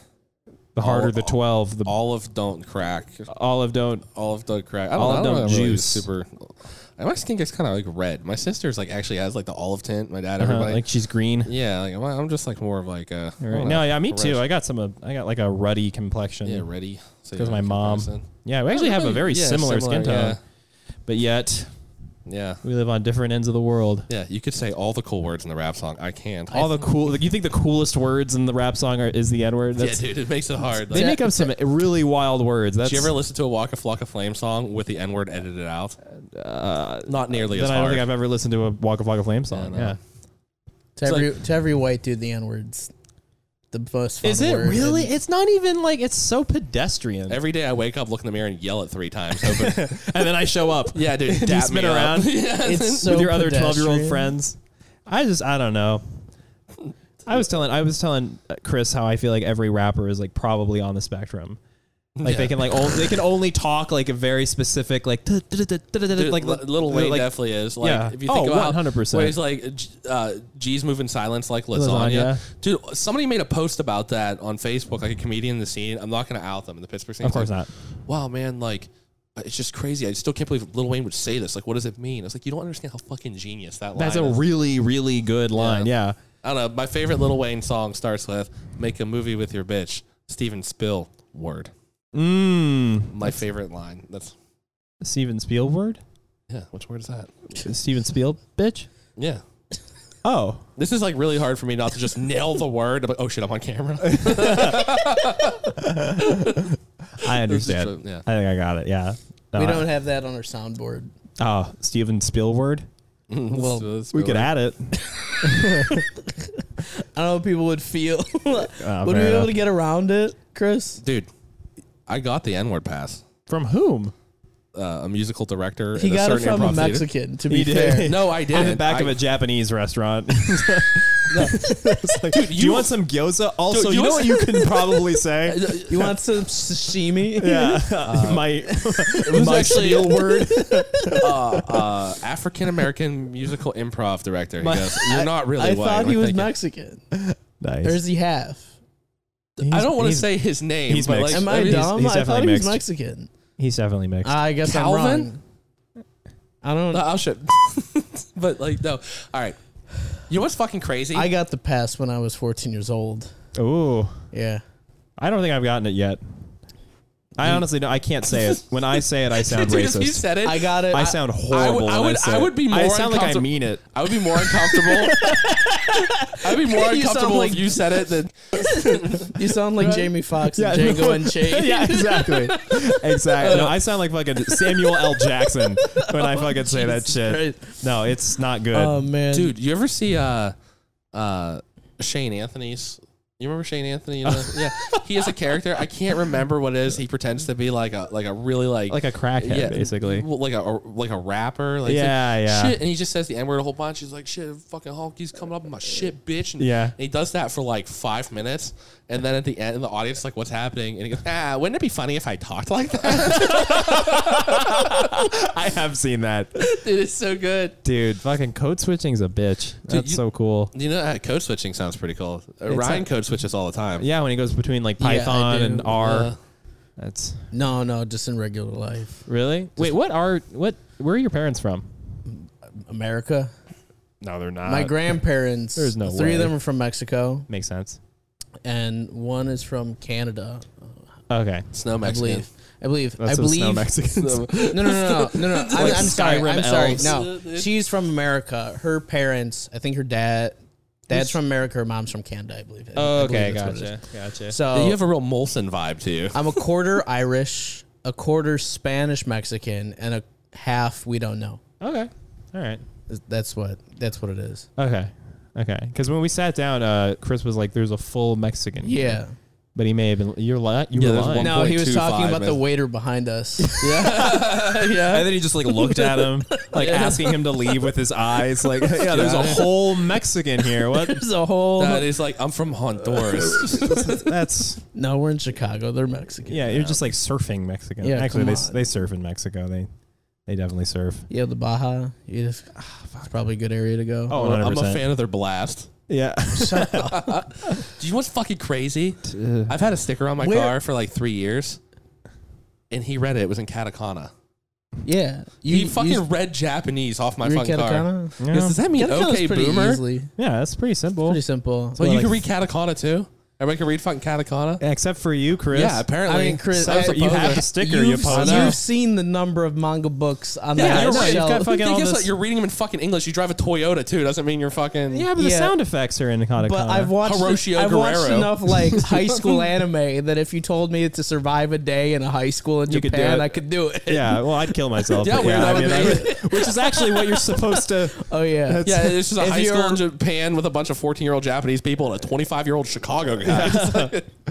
Speaker 2: The harder
Speaker 3: All-
Speaker 2: the 12, the
Speaker 3: Olive don't crack.
Speaker 2: olive don't.
Speaker 3: Olive don't crack. I don't,
Speaker 2: Olive
Speaker 3: I don't,
Speaker 2: don't
Speaker 3: know, really
Speaker 2: juice.
Speaker 3: super. and My skin gets kind of like red. My sister's like actually has like the olive tint. My dad,
Speaker 2: uh,
Speaker 3: everybody.
Speaker 2: like she's green.
Speaker 3: yeah, like I'm, I'm just like more of like a. I
Speaker 2: All
Speaker 3: don't
Speaker 2: right.
Speaker 3: know,
Speaker 2: No, yeah, me too.
Speaker 3: reddish-
Speaker 2: I got some. Uh, I got like a ruddy complexion.
Speaker 3: yeah, ready.
Speaker 2: because my mom. Yeah, we actually have a very
Speaker 3: Yeah,
Speaker 2: similar, skin tone,
Speaker 3: yeah.
Speaker 2: but yet
Speaker 3: Yeah.
Speaker 2: we live on different ends of the world.
Speaker 3: Yeah, you could say all the cool words in the rap song. I can't.
Speaker 2: All the cool. You think the coolest words in the rap song are is the N word?
Speaker 3: yeah,
Speaker 2: That's
Speaker 3: dude, it makes it hard.
Speaker 2: they
Speaker 3: Like,
Speaker 2: make up some really wild words. That's
Speaker 3: did you ever listen to a Walk a Flock of Flame song with the N word edited out? Uh, Not nearly
Speaker 2: then
Speaker 3: as
Speaker 2: I don't
Speaker 3: hard.
Speaker 2: think I've ever listened to a Walk of Walk of Flame song.
Speaker 3: no.
Speaker 2: Yeah,
Speaker 1: To
Speaker 3: It's
Speaker 1: every to every white dude, the N words, the most. Fun
Speaker 2: is it
Speaker 1: word.
Speaker 2: really?
Speaker 1: And
Speaker 2: It's not even like it's so pedestrian.
Speaker 3: Every day I wake up, look in the mirror, and yell it three times. Hoping,
Speaker 2: and then I show up.
Speaker 3: yeah, dude,
Speaker 2: And you
Speaker 3: dap
Speaker 2: spin
Speaker 3: me up.
Speaker 2: around
Speaker 1: It's so
Speaker 2: with your other twelve year old
Speaker 1: pedestrian.
Speaker 2: friends. I just I don't know. I was telling I was telling uh, Chris how I feel like every rapper is like probably on the spectrum. Like they
Speaker 3: Yeah.
Speaker 2: can like only, they can only talk like a very specific like duh, duh, duh, duh, duh, duh,
Speaker 3: Dude,
Speaker 2: like
Speaker 3: like little Wayne definitely is. Like
Speaker 2: Yeah.
Speaker 3: if you think
Speaker 2: Oh,
Speaker 3: about
Speaker 2: 100%.
Speaker 3: where he's like G- uh, G's moving silence like lasagna.
Speaker 2: Lasagna.
Speaker 3: Dude, somebody made a post about that on Facebook. Like a comedian in the scene. I'm not gonna out them in the Pittsburgh scene.
Speaker 2: Of course
Speaker 3: Like,
Speaker 2: not.
Speaker 3: Wow, man, like. It's just crazy. I still can't believe Lil Wayne would say this. Like, what does it mean? It's like you don't understand how fucking genius that
Speaker 2: That's
Speaker 3: line
Speaker 2: a
Speaker 3: is.
Speaker 2: really really good line. Yeah.
Speaker 3: I don't know. My favorite Lil Wayne song starts with "Make a movie with your bitch." Steven Spill word.
Speaker 2: Mmm.
Speaker 3: My favorite line. That's
Speaker 2: Steven Spielberg.
Speaker 3: yeah. Which word is that?
Speaker 2: Steven Spiel bitch.
Speaker 3: Yeah.
Speaker 2: Oh.
Speaker 3: This is like really hard for me not to just nail the word. I'm like, oh shit, I'm on camera.
Speaker 2: I understand.
Speaker 3: It's just a- yeah.
Speaker 2: I think I got it. Yeah.
Speaker 1: We
Speaker 2: Uh,
Speaker 1: don't have that on our soundboard.
Speaker 2: Oh, Steven Spielberg.
Speaker 1: Well,
Speaker 2: We could add it.
Speaker 1: I don't know what people would feel.
Speaker 3: Oh,
Speaker 1: would
Speaker 2: Uh,
Speaker 1: we be
Speaker 2: fair
Speaker 1: able
Speaker 2: enough.
Speaker 1: to get around it, Chris?
Speaker 3: dude. I got the N word pass.
Speaker 2: From whom?
Speaker 3: Uh, a musical director.
Speaker 1: He
Speaker 3: at
Speaker 1: got
Speaker 3: a
Speaker 1: it
Speaker 3: certain
Speaker 1: from a
Speaker 3: improv theater.
Speaker 1: Mexican. To be
Speaker 2: did.
Speaker 1: fair,
Speaker 3: No, I didn't.
Speaker 2: in the back
Speaker 3: I-
Speaker 2: of a Japanese restaurant. It's like, do you
Speaker 3: you-
Speaker 2: want some gyoza? Also,
Speaker 3: Dude,
Speaker 2: you
Speaker 3: you
Speaker 2: know
Speaker 3: want-
Speaker 2: what you can probably say?
Speaker 1: you want some sashimi?
Speaker 2: Yeah,
Speaker 3: Uh,
Speaker 2: my
Speaker 3: was
Speaker 2: my
Speaker 3: actually-
Speaker 2: spiel word.
Speaker 3: uh, African American musical improv director. He
Speaker 2: My-
Speaker 3: goes, "You're not really
Speaker 1: I
Speaker 3: white."
Speaker 1: thought
Speaker 3: I'm
Speaker 1: he was
Speaker 3: thinking-
Speaker 1: Mexican.
Speaker 2: Nice.
Speaker 1: Or is he half?
Speaker 3: I don't want to
Speaker 2: he's-
Speaker 3: say his name.
Speaker 2: he's
Speaker 3: but
Speaker 2: mixed.
Speaker 3: like,
Speaker 1: Am
Speaker 2: I
Speaker 1: I
Speaker 2: mean, he's-
Speaker 1: dumb?
Speaker 2: he's
Speaker 1: I thought
Speaker 2: definitely
Speaker 1: he was
Speaker 2: mixed.
Speaker 1: Mexican. Ah,
Speaker 2: He's definitely mixed.
Speaker 1: I guess
Speaker 3: Calvin?
Speaker 1: I'm wrong. I don't.
Speaker 2: Uh,
Speaker 3: No, I'll Oh, shit. but like no. All right. You know what's fucking crazy?
Speaker 1: I got the pass when I was 14 years old.
Speaker 3: Uh,
Speaker 2: Ooh,
Speaker 1: Yeah.
Speaker 2: I don't think I've gotten it yet. I honestly don't. I can't say it. When I say it, I sound
Speaker 3: Dude, if you
Speaker 2: racist.
Speaker 3: said it.
Speaker 1: I got it.
Speaker 2: I sound horrible.
Speaker 3: I
Speaker 2: when
Speaker 3: would-
Speaker 2: say
Speaker 3: I
Speaker 2: it.
Speaker 3: would be more
Speaker 2: I sound like I
Speaker 3: uncomfortable-
Speaker 2: mean it.
Speaker 3: I would be more uncomfortable. I'd be more
Speaker 1: You sound
Speaker 3: uncomfortable
Speaker 1: like-
Speaker 3: if you said it than
Speaker 1: You sound like Jamie Foxx and
Speaker 2: Yeah,
Speaker 1: Django
Speaker 2: no.
Speaker 1: Unchained.
Speaker 2: yeah, exactly. Exactly. No, I sound like fucking Samuel L. Jackson when I fucking say that shit. No, it's not good.
Speaker 1: Oh man,
Speaker 3: dude. You ever see uh uh Shane Anthony's? You remember Shane Anthony? You know? yeah, he has a character. I can't remember what it is. He pretends to be like a like a really like
Speaker 2: like a crackhead, basically.
Speaker 3: well, like a or- like a rapper, like
Speaker 2: Yeah,
Speaker 3: like,
Speaker 2: yeah.
Speaker 3: shit. And he just says the n word a whole bunch. He's like, shit, fucking Hulk, he's coming up with my shit, bitch. And,
Speaker 2: Yeah.
Speaker 3: and he does that for like five minutes, and then at the end, the audience is like, what's happening? And he goes, ah, wouldn't it be funny if I talked like that?
Speaker 2: I have seen that,
Speaker 3: Dude, it's so good.
Speaker 2: dude. Fucking code switching's a bitch. That's
Speaker 3: you-
Speaker 2: so cool.
Speaker 3: You know, uh, code switching sounds pretty cool. Uh,
Speaker 2: It's
Speaker 3: Ryan
Speaker 2: not-
Speaker 3: code switches all the time.
Speaker 2: Yeah, when he goes between like
Speaker 1: I
Speaker 2: Python
Speaker 1: do. Uh-huh.
Speaker 2: and R,
Speaker 3: Uh,
Speaker 2: that's
Speaker 1: no, no, just in regular life,
Speaker 2: really. Wait, what are what? Where are your parents from?
Speaker 1: America.
Speaker 2: No, they're not.
Speaker 1: My grandparents,
Speaker 2: there's no
Speaker 1: three
Speaker 2: way.
Speaker 1: of them are from Mexico,
Speaker 2: makes sense.
Speaker 1: and one is from Canada,
Speaker 2: Okay,
Speaker 3: Snow
Speaker 1: I
Speaker 3: Mexican.
Speaker 1: believe. I believe.
Speaker 2: that's
Speaker 1: I
Speaker 2: what snow
Speaker 1: believe.
Speaker 2: Mexicans.
Speaker 1: No, no, no, no, no, no. I'm, I'm sorry.
Speaker 2: Skyrim
Speaker 1: I'm sorry.
Speaker 2: elves.
Speaker 1: No, she's from America. Her parents, I think her dad, dad's from America. Her mom's from Canada, I believe. I
Speaker 2: okay,
Speaker 3: Oh,
Speaker 1: believe that's what it is.
Speaker 2: gotcha, gotcha.
Speaker 1: So
Speaker 3: You have a real Molson vibe to you.
Speaker 1: I'm a quarter Irish, a quarter Spanish Mexican, and a half we don't know.
Speaker 2: okay, all right.
Speaker 1: That's what. That's what it is.
Speaker 2: Okay. Okay. Because when we sat down, uh, Chris was like, "There's a full Mexican." here."
Speaker 1: Yeah.
Speaker 2: But he may have been. You're li- you
Speaker 3: Yeah,
Speaker 2: were
Speaker 3: there's
Speaker 2: lying.
Speaker 3: one-
Speaker 1: No, he was
Speaker 3: 1.25,
Speaker 1: talking about the
Speaker 3: man.
Speaker 1: waiter behind us.
Speaker 2: And then he just like looked at him, like asking him to leave with his eyes. Like, yeah, there's a whole Mexican here. What?
Speaker 1: There's a whole.
Speaker 3: That is like I'm from Honduras.
Speaker 2: That's
Speaker 1: No, we're in Chicago. They're Mexican.
Speaker 2: yeah. You're just like surfing Mexican.
Speaker 1: Yeah,
Speaker 2: Actually,
Speaker 1: come
Speaker 2: they
Speaker 1: on.
Speaker 2: they surf in Mexico. They they definitely surf.
Speaker 1: Yeah, the Baja. You just, ah, it's probably a good area to go.
Speaker 2: Oh,
Speaker 3: I'm
Speaker 2: 100%.
Speaker 3: a fan of their blast.
Speaker 2: Yeah.
Speaker 3: Do you know what's fucking crazy? I've had a sticker on my
Speaker 1: Where-
Speaker 3: car for like three years, and he read it. It was in katakana.
Speaker 1: yeah. You,
Speaker 3: He fucking
Speaker 1: you-
Speaker 3: read Japanese off my
Speaker 1: you read
Speaker 3: fucking car.
Speaker 1: katakana?
Speaker 3: He goes, Does that mean
Speaker 1: Katakana's
Speaker 3: okay,
Speaker 1: pretty
Speaker 3: boomer?
Speaker 1: Easily.
Speaker 2: yeah, that's pretty simple.
Speaker 1: Pretty simple.
Speaker 3: But you
Speaker 2: like-
Speaker 3: can read katakana too. Everybody can read fucking katakana.
Speaker 2: Except for you, Chris.
Speaker 3: Yeah, apparently.
Speaker 1: I mean, Chris,
Speaker 3: So
Speaker 1: I-
Speaker 3: supposed-
Speaker 2: you have the sticker you
Speaker 1: You've,
Speaker 2: posed.
Speaker 1: you've seen the number of manga books on
Speaker 3: yeah,
Speaker 1: the
Speaker 3: you're right.
Speaker 1: shelf.
Speaker 2: You've got fucking
Speaker 3: But
Speaker 2: all
Speaker 3: guess
Speaker 2: this-
Speaker 3: what? You're reading them in fucking English. You drive a Toyota too. Doesn't mean you're fucking.
Speaker 2: Yeah, but the
Speaker 1: Yeah.
Speaker 2: sound effects are in the Katakana.
Speaker 1: But I've watched
Speaker 3: Hiroshi
Speaker 1: I've watched
Speaker 3: Guerrero.
Speaker 1: enough like high school anime that if you told me to survive a day in a high school in
Speaker 2: You could do
Speaker 1: Japan,
Speaker 2: it.
Speaker 1: I could do it.
Speaker 2: Yeah, well, I'd kill myself.
Speaker 3: Yeah,
Speaker 2: but
Speaker 3: weird, that would
Speaker 2: I
Speaker 3: be-
Speaker 2: would- which is actually what you're supposed to.
Speaker 1: Oh yeah.
Speaker 3: Yeah, this is a
Speaker 1: If
Speaker 3: high school
Speaker 1: you're-
Speaker 3: in Japan with a bunch of 14 year old Japanese people and a 25 year old Chicago guy.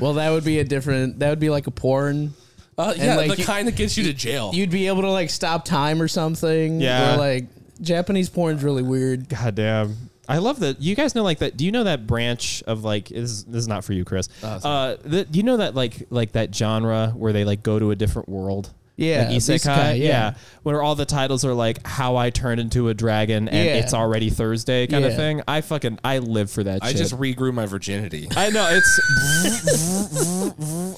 Speaker 1: Well, that would be a different. That would be like a porn.
Speaker 3: Uh, yeah,
Speaker 1: like,
Speaker 3: the
Speaker 1: you-
Speaker 3: kind that gets you to jail.
Speaker 1: You'd be able to like stop time or something.
Speaker 2: Yeah.
Speaker 1: Or, like Japanese porn's really weird.
Speaker 2: God damn. I love that. You guys know like that. Do you know that branch of like this? This is not for you, Chris. uh, the, do you know that like like that genre where they like go to a different world?
Speaker 1: Yeah,
Speaker 2: like isekai.
Speaker 1: isekai,
Speaker 2: yeah.
Speaker 1: yeah.
Speaker 2: where all the titles are like "How I Turned into a Dragon" and
Speaker 1: Yeah.
Speaker 2: "It's Already Thursday" kind of
Speaker 1: Yeah.
Speaker 2: thing. I fucking I live for that.
Speaker 3: I
Speaker 2: shit.
Speaker 3: just regrew my virginity.
Speaker 2: I know it's.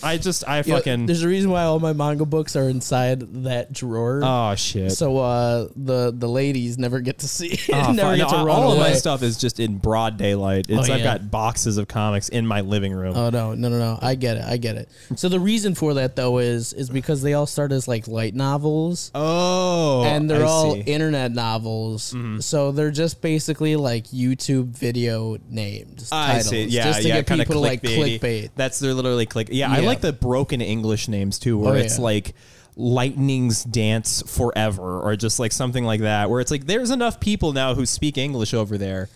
Speaker 2: I just I
Speaker 1: You know,
Speaker 2: fucking.
Speaker 1: there's a reason why all my manga books are inside that drawer.
Speaker 2: oh shit.
Speaker 1: so uh, the the ladies never get to see.
Speaker 2: Oh,
Speaker 1: never
Speaker 2: fuck.
Speaker 1: get to
Speaker 2: No,
Speaker 1: run
Speaker 2: all of my
Speaker 1: away.
Speaker 2: stuff is just in broad daylight. It's
Speaker 1: Oh,
Speaker 2: I've
Speaker 1: yeah.
Speaker 2: got boxes of comics in my living room.
Speaker 1: Oh no, no, no, no! I get it, I get it. So the reason for that though is is because they all start as like light novels,
Speaker 2: oh,
Speaker 1: and they're
Speaker 2: I
Speaker 1: all
Speaker 2: see. Mm-hmm.
Speaker 1: internet novels. So they're just basically like YouTube video named
Speaker 2: I
Speaker 1: titles,
Speaker 2: see. Yeah,
Speaker 1: just to
Speaker 2: yeah.
Speaker 1: get
Speaker 2: kinda
Speaker 1: people to like
Speaker 2: clickbaity.
Speaker 1: clickbait.
Speaker 2: That's they're literally click. Yeah, I
Speaker 1: Yeah.
Speaker 2: like the broken English names too, where
Speaker 1: Oh,
Speaker 2: it's
Speaker 1: yeah.
Speaker 2: like lightning's dance forever or just like something like that where it's like there's enough people now who speak english over there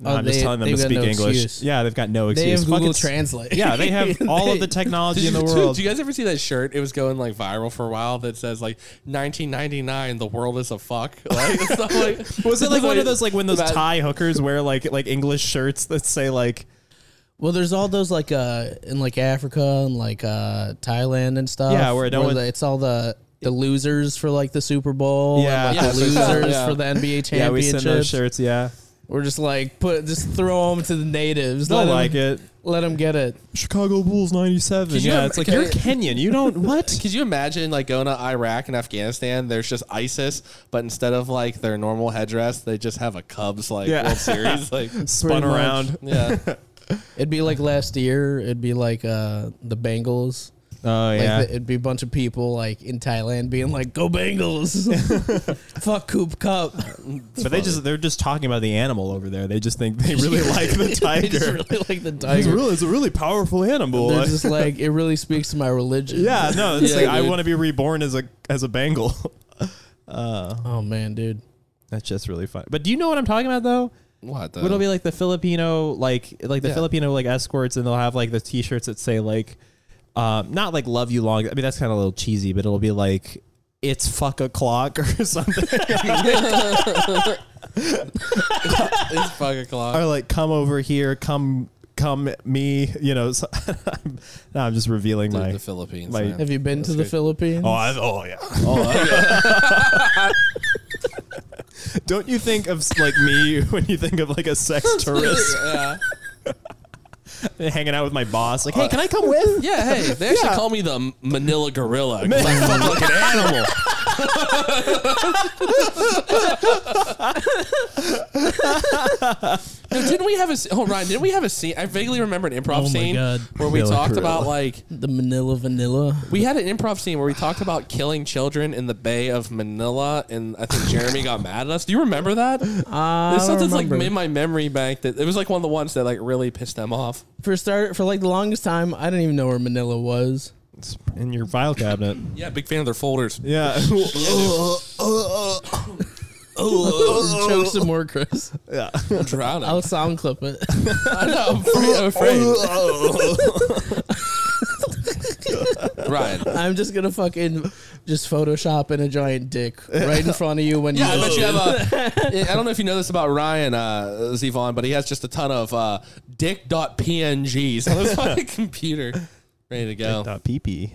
Speaker 2: No,
Speaker 1: Oh,
Speaker 2: i'm just
Speaker 1: they-
Speaker 2: telling them to
Speaker 1: they've got
Speaker 2: speak
Speaker 1: no
Speaker 2: english
Speaker 1: excuse.
Speaker 2: yeah they've got no excuse
Speaker 1: They have
Speaker 2: Fuck,
Speaker 1: Google
Speaker 2: it's-
Speaker 1: Translate.
Speaker 2: yeah they have all of the
Speaker 3: Did
Speaker 2: technology in
Speaker 3: you-
Speaker 2: the world
Speaker 3: Do you guys ever see that shirt? It was going like viral for a while that says like 1999, the world is a fuck. Like, it's not like-
Speaker 2: Was it like one of
Speaker 3: like-
Speaker 2: those like when those
Speaker 3: about-
Speaker 2: Thai hookers wear like like English shirts that say like
Speaker 1: Well, there's all those like uh in like Africa and like uh Thailand and stuff.
Speaker 2: Yeah, where no one-
Speaker 1: the- it's all the the losers for like the Super Bowl.
Speaker 2: Yeah.
Speaker 1: and, like, the
Speaker 3: Yeah, so-
Speaker 1: losers
Speaker 3: yeah.
Speaker 1: for the NBA
Speaker 2: yeah we
Speaker 1: championships.
Speaker 2: send those shirts yeah
Speaker 1: We're just like put just throw them to the natives.
Speaker 2: they'll
Speaker 1: Let 'em-
Speaker 2: like it
Speaker 1: Let him get it.
Speaker 2: Chicago Bulls '97.
Speaker 3: you
Speaker 2: Yeah,
Speaker 3: im-
Speaker 2: it's like
Speaker 3: can
Speaker 2: you're
Speaker 3: I-
Speaker 2: Kenyan. You don't what?
Speaker 3: Could you imagine like going to Iraq and Afghanistan? There's just ISIS, but instead of like their normal headdress, they just have a Cubs like
Speaker 2: Yeah.
Speaker 3: World Series. Like,
Speaker 2: Spun
Speaker 1: much.
Speaker 2: around.
Speaker 3: yeah,
Speaker 1: It'd be like last year. It'd be like uh, the Bengals.
Speaker 2: Oh
Speaker 1: Like
Speaker 2: yeah.
Speaker 1: the- it'd be a bunch of people like in Thailand being like, "Go Bengals, fuck Coop Cup."
Speaker 2: but they just they're just talking about the animal over there. They just think they really like the tiger.
Speaker 1: they just really like the
Speaker 2: It's
Speaker 1: tiger.
Speaker 2: really, it's a really powerful animal.
Speaker 1: They're just like it really speaks to my religion.
Speaker 2: yeah, no, it's
Speaker 3: Yeah,
Speaker 2: like I
Speaker 3: dude.
Speaker 2: want to be reborn as a as a Bengal.
Speaker 1: Oh man, dude.
Speaker 2: That's just really fun. But do you know what I'm talking about though?
Speaker 3: what?
Speaker 2: It'll be like the Filipino, like like the
Speaker 3: Yeah.
Speaker 2: Filipino like escorts, and they'll have like the T-shirts that say like, um, not like "Love You Long." I mean, that's kind of a little cheesy, but it'll be like "It's fuck o'clock" or something,
Speaker 3: it's fuck o'clock.
Speaker 2: or like "Come over here, come come me." You know, so now I'm just revealing
Speaker 3: Dude,
Speaker 2: my.
Speaker 3: the Philippines.
Speaker 2: my-
Speaker 3: man.
Speaker 1: Have you been to
Speaker 3: That's
Speaker 1: the
Speaker 3: good.
Speaker 1: Philippines?
Speaker 2: oh, I, oh yeah. Don't you think of like me when you think of like a sex tourist
Speaker 5: Yeah.
Speaker 2: hanging out with my boss? Like, hey, can I come with?
Speaker 5: Yeah, hey, they actually
Speaker 2: Yeah.
Speaker 5: call me the Manila Gorilla. 'cause I
Speaker 2: like an animal.
Speaker 5: Dude, didn't we have a? s- Oh, Ryan, didn't we have a scene? I vaguely remember an improv
Speaker 1: Oh my
Speaker 5: scene
Speaker 1: God.
Speaker 5: where we
Speaker 2: Vanilla
Speaker 5: talked about
Speaker 2: Gorilla.
Speaker 5: like
Speaker 1: the Manila Vanilla.
Speaker 5: we had an improv scene where we talked about killing children in the Bay of Manila, and I think Jeremy got mad at us. Do you remember that?
Speaker 1: Uh, I
Speaker 5: There's
Speaker 1: don't
Speaker 5: something like
Speaker 1: remember.
Speaker 5: in my memory bank that it was like one of the ones that like really pissed them off.
Speaker 1: for start for like the longest time, I didn't even know where Manila was.
Speaker 2: It's in your file cabinet.
Speaker 5: Yeah, big fan of their folders.
Speaker 2: Yeah.
Speaker 1: Choke some more, Chris.
Speaker 2: yeah.
Speaker 5: I'm drowning.
Speaker 1: I'll sound clip it.
Speaker 5: I know, I'm afraid. I'm afraid.
Speaker 3: Ryan,
Speaker 1: I'm just gonna fucking just Photoshop in a giant dick right in front of you when
Speaker 5: Yeah, I
Speaker 1: you.
Speaker 5: bet you have a.
Speaker 3: Yeah, I don't know if you know this about Ryan uh, Zevon, but he has just a ton of uh, dick.pngs on his fucking computer, ready to go.
Speaker 2: Dot PP.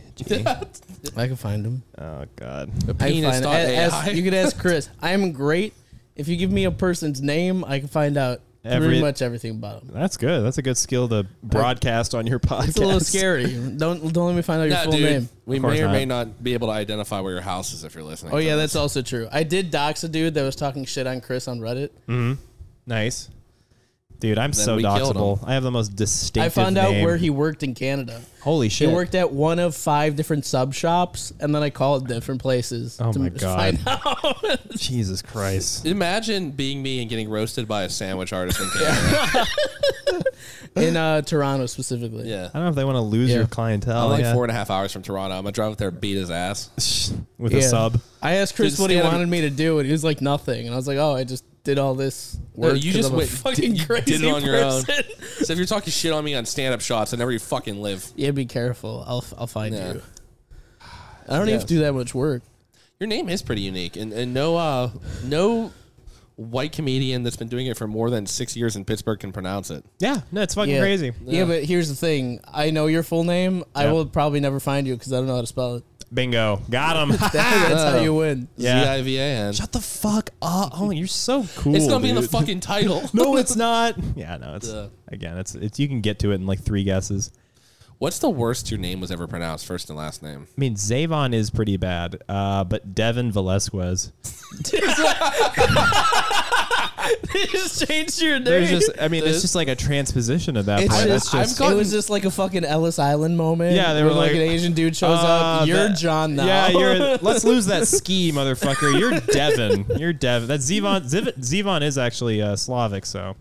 Speaker 1: I can find him.
Speaker 2: Oh God.
Speaker 1: I can find him.
Speaker 3: Penis.ai.
Speaker 1: A- ask- you could ask Chris. I am great. If you give me a person's name, I can find out
Speaker 2: Every-
Speaker 1: pretty much everything about them.
Speaker 2: That's good. That's a good skill to broadcast on your podcast.
Speaker 1: It's a little scary. Don't don't let me find out your
Speaker 3: Nah,
Speaker 1: full
Speaker 3: dude,
Speaker 1: name.
Speaker 3: we
Speaker 2: Of course
Speaker 3: may or
Speaker 2: not.
Speaker 3: may not be able to identify where your house is if you're listening.
Speaker 1: Oh
Speaker 3: to
Speaker 1: yeah,
Speaker 3: this.
Speaker 1: that's also true. I did dox a dude that was talking shit on Chris on Reddit.
Speaker 2: Hmm. Nice. Dude, I'm so
Speaker 3: we killed
Speaker 2: doxable. I have the most distinctive.
Speaker 1: I found out
Speaker 2: name.
Speaker 1: where he worked in Canada.
Speaker 2: Holy shit.
Speaker 1: He worked at one of five different sub shops, and then I called different places.
Speaker 2: Oh
Speaker 1: to
Speaker 2: my
Speaker 1: m-
Speaker 2: God.
Speaker 1: Find out.
Speaker 2: Jesus Christ.
Speaker 3: Imagine being me and getting roasted by a sandwich artist. In Canada.
Speaker 1: in uh, Toronto specifically.
Speaker 3: yeah. Oh,
Speaker 2: I don't know if they want to lose
Speaker 1: Yeah.
Speaker 2: your clientele.
Speaker 3: I'm like
Speaker 2: yeah.
Speaker 3: four and a half hours from Toronto. I'm gonna drive up there, and beat his ass.
Speaker 2: with a
Speaker 1: Yeah.
Speaker 2: sub.
Speaker 1: I asked Chris
Speaker 3: Just
Speaker 1: what he
Speaker 3: stand on-
Speaker 1: wanted me to do, and he was like nothing. And I was like, oh, I just did all this work.
Speaker 3: you
Speaker 1: 'cause
Speaker 3: just
Speaker 1: I'm a
Speaker 3: went-
Speaker 1: fucking
Speaker 3: you did it
Speaker 1: crazy
Speaker 3: on your own.
Speaker 1: person.
Speaker 3: So if you're talking shit on me on stand-up shots, I never you fucking live.
Speaker 1: yeah, be careful. I'll I'll find
Speaker 3: Yeah.
Speaker 1: you. I don't even have to do that much work.
Speaker 3: Your name is pretty unique, and, and no, uh, no white comedian that's been doing it for more than six years in Pittsburgh can pronounce it.
Speaker 2: Yeah. No, it's fucking
Speaker 1: Yeah.
Speaker 2: crazy.
Speaker 1: Yeah. but here's the thing. I know your full name. I
Speaker 2: Yeah.
Speaker 1: will probably never find you because I don't know how to spell it.
Speaker 2: Bingo. Got him.
Speaker 1: That's how you win.
Speaker 2: Yeah.
Speaker 3: Z-I-V-A-N.
Speaker 2: Shut the fuck up. Oh, you're so cool.
Speaker 5: It's gonna be in the
Speaker 2: dude.
Speaker 5: fucking title.
Speaker 2: No, it's not. Yeah, no, it's
Speaker 3: Duh.
Speaker 2: again, it's it's you can get to it in like three guesses.
Speaker 3: What's the worst your name was ever pronounced, first and last name?
Speaker 2: I mean, Zavon is pretty bad, uh, but Devin Velasquez.
Speaker 1: they just changed your name.
Speaker 2: There's just, I mean, it's just like a transposition at that
Speaker 1: It's
Speaker 2: point.
Speaker 1: just,
Speaker 2: It's just,
Speaker 1: it was just like a fucking Ellis Island moment.
Speaker 2: Yeah, they were
Speaker 1: where, like,
Speaker 2: like,
Speaker 1: an Asian dude shows
Speaker 2: Uh,
Speaker 1: up. You're
Speaker 2: that-
Speaker 1: John now.
Speaker 2: Yeah, you're. Let's lose that ski, motherfucker. You're Devin. You're Devin. That's Zivon. Ziv- Zivon is actually uh, Slavic, so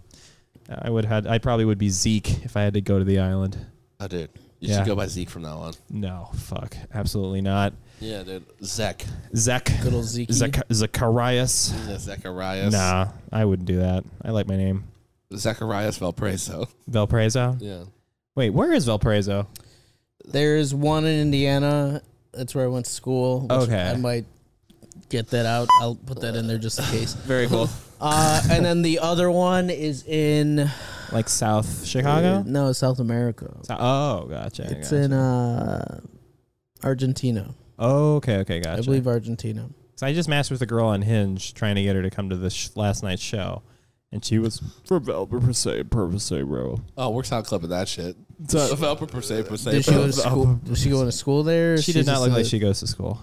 Speaker 2: uh, I would had. I probably would be Zeke if I had to go to the island.
Speaker 3: Oh, dude. You
Speaker 2: Yeah.
Speaker 3: should go by Zeke from now on.
Speaker 2: No, fuck, absolutely not.
Speaker 3: Yeah, dude. Zek.
Speaker 2: Zek.
Speaker 1: Good old Zeke.
Speaker 2: Zach- Zacharias.
Speaker 3: Yeah, Zacharias.
Speaker 2: Nah, I wouldn't do that. I like my name.
Speaker 3: Zacharias Valparaiso.
Speaker 2: Valparaiso.
Speaker 3: Yeah.
Speaker 2: Wait, where is Valparaiso?
Speaker 1: There's one in Indiana. That's where I went to school. which
Speaker 2: Okay.
Speaker 1: I might get that out. I'll put that in there just in case.
Speaker 3: Very cool.
Speaker 1: Uh, and then the other one is in
Speaker 2: Like South Chicago?
Speaker 1: no South America.
Speaker 2: So- oh, gotcha.
Speaker 1: It's
Speaker 2: gotcha.
Speaker 1: in uh, Argentina.
Speaker 2: okay, okay, gotcha.
Speaker 1: I believe Argentina.
Speaker 2: So I just matched with a girl on Hinge trying to get her to come to this sh- last night's show. and she was for Velvet per se, per se, bro.
Speaker 3: Oh, we're sound clipping that shit.
Speaker 2: So-
Speaker 3: Developer per se, per se.
Speaker 1: Did she go to school? Did she go to school there? or
Speaker 2: She
Speaker 1: she's
Speaker 2: did not
Speaker 1: just
Speaker 2: look
Speaker 1: a-
Speaker 2: like she goes to school.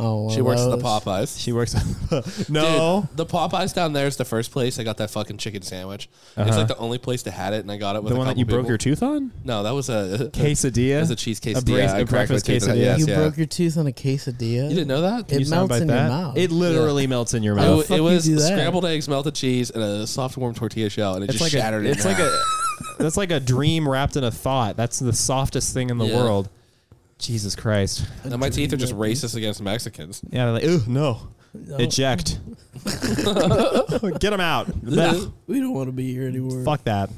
Speaker 1: Oh, one
Speaker 3: She
Speaker 1: of
Speaker 3: works at the
Speaker 1: those.
Speaker 3: Popeyes.
Speaker 2: She works.
Speaker 3: Dude,
Speaker 2: no,
Speaker 3: the Popeyes down there is the first place I got that fucking chicken sandwich. It's like the only place that had it, and I got it with
Speaker 2: Uh-huh. the
Speaker 3: a
Speaker 2: one that
Speaker 3: couple
Speaker 2: you broke
Speaker 3: people.
Speaker 2: your tooth on.
Speaker 3: No, that was a
Speaker 2: Quesadilla.
Speaker 3: That was a cheese
Speaker 2: A
Speaker 3: quesadilla.
Speaker 2: brace- a
Speaker 3: I cracked my
Speaker 2: breakfast
Speaker 3: teeth on it.
Speaker 2: quesadilla.
Speaker 3: Yes,
Speaker 1: You
Speaker 3: yeah.
Speaker 1: broke your tooth on a quesadilla.
Speaker 3: You didn't know that?
Speaker 1: It
Speaker 2: You sound
Speaker 1: melts
Speaker 2: about
Speaker 1: in
Speaker 2: that?
Speaker 1: your mouth.
Speaker 2: It literally melts in your
Speaker 3: It,
Speaker 1: How the
Speaker 2: mouth.
Speaker 3: w-
Speaker 1: fuck
Speaker 3: it
Speaker 1: you
Speaker 3: was
Speaker 1: do that?
Speaker 3: scrambled eggs, melted cheese, and a soft warm tortilla shell, and it
Speaker 2: It's
Speaker 3: just
Speaker 2: like
Speaker 3: shattered.
Speaker 2: a.
Speaker 3: it in
Speaker 2: It's like
Speaker 3: half.
Speaker 2: a. That's like a dream wrapped in a thought. That's the softest thing in the
Speaker 3: Yeah.
Speaker 2: world. Jesus Christ.
Speaker 3: Now my teeth are just racist against Mexicans.
Speaker 2: Yeah, they're like, ooh, no. Eject. Get them out. Ugh,
Speaker 1: we don't want to be here anymore.
Speaker 2: Fuck that.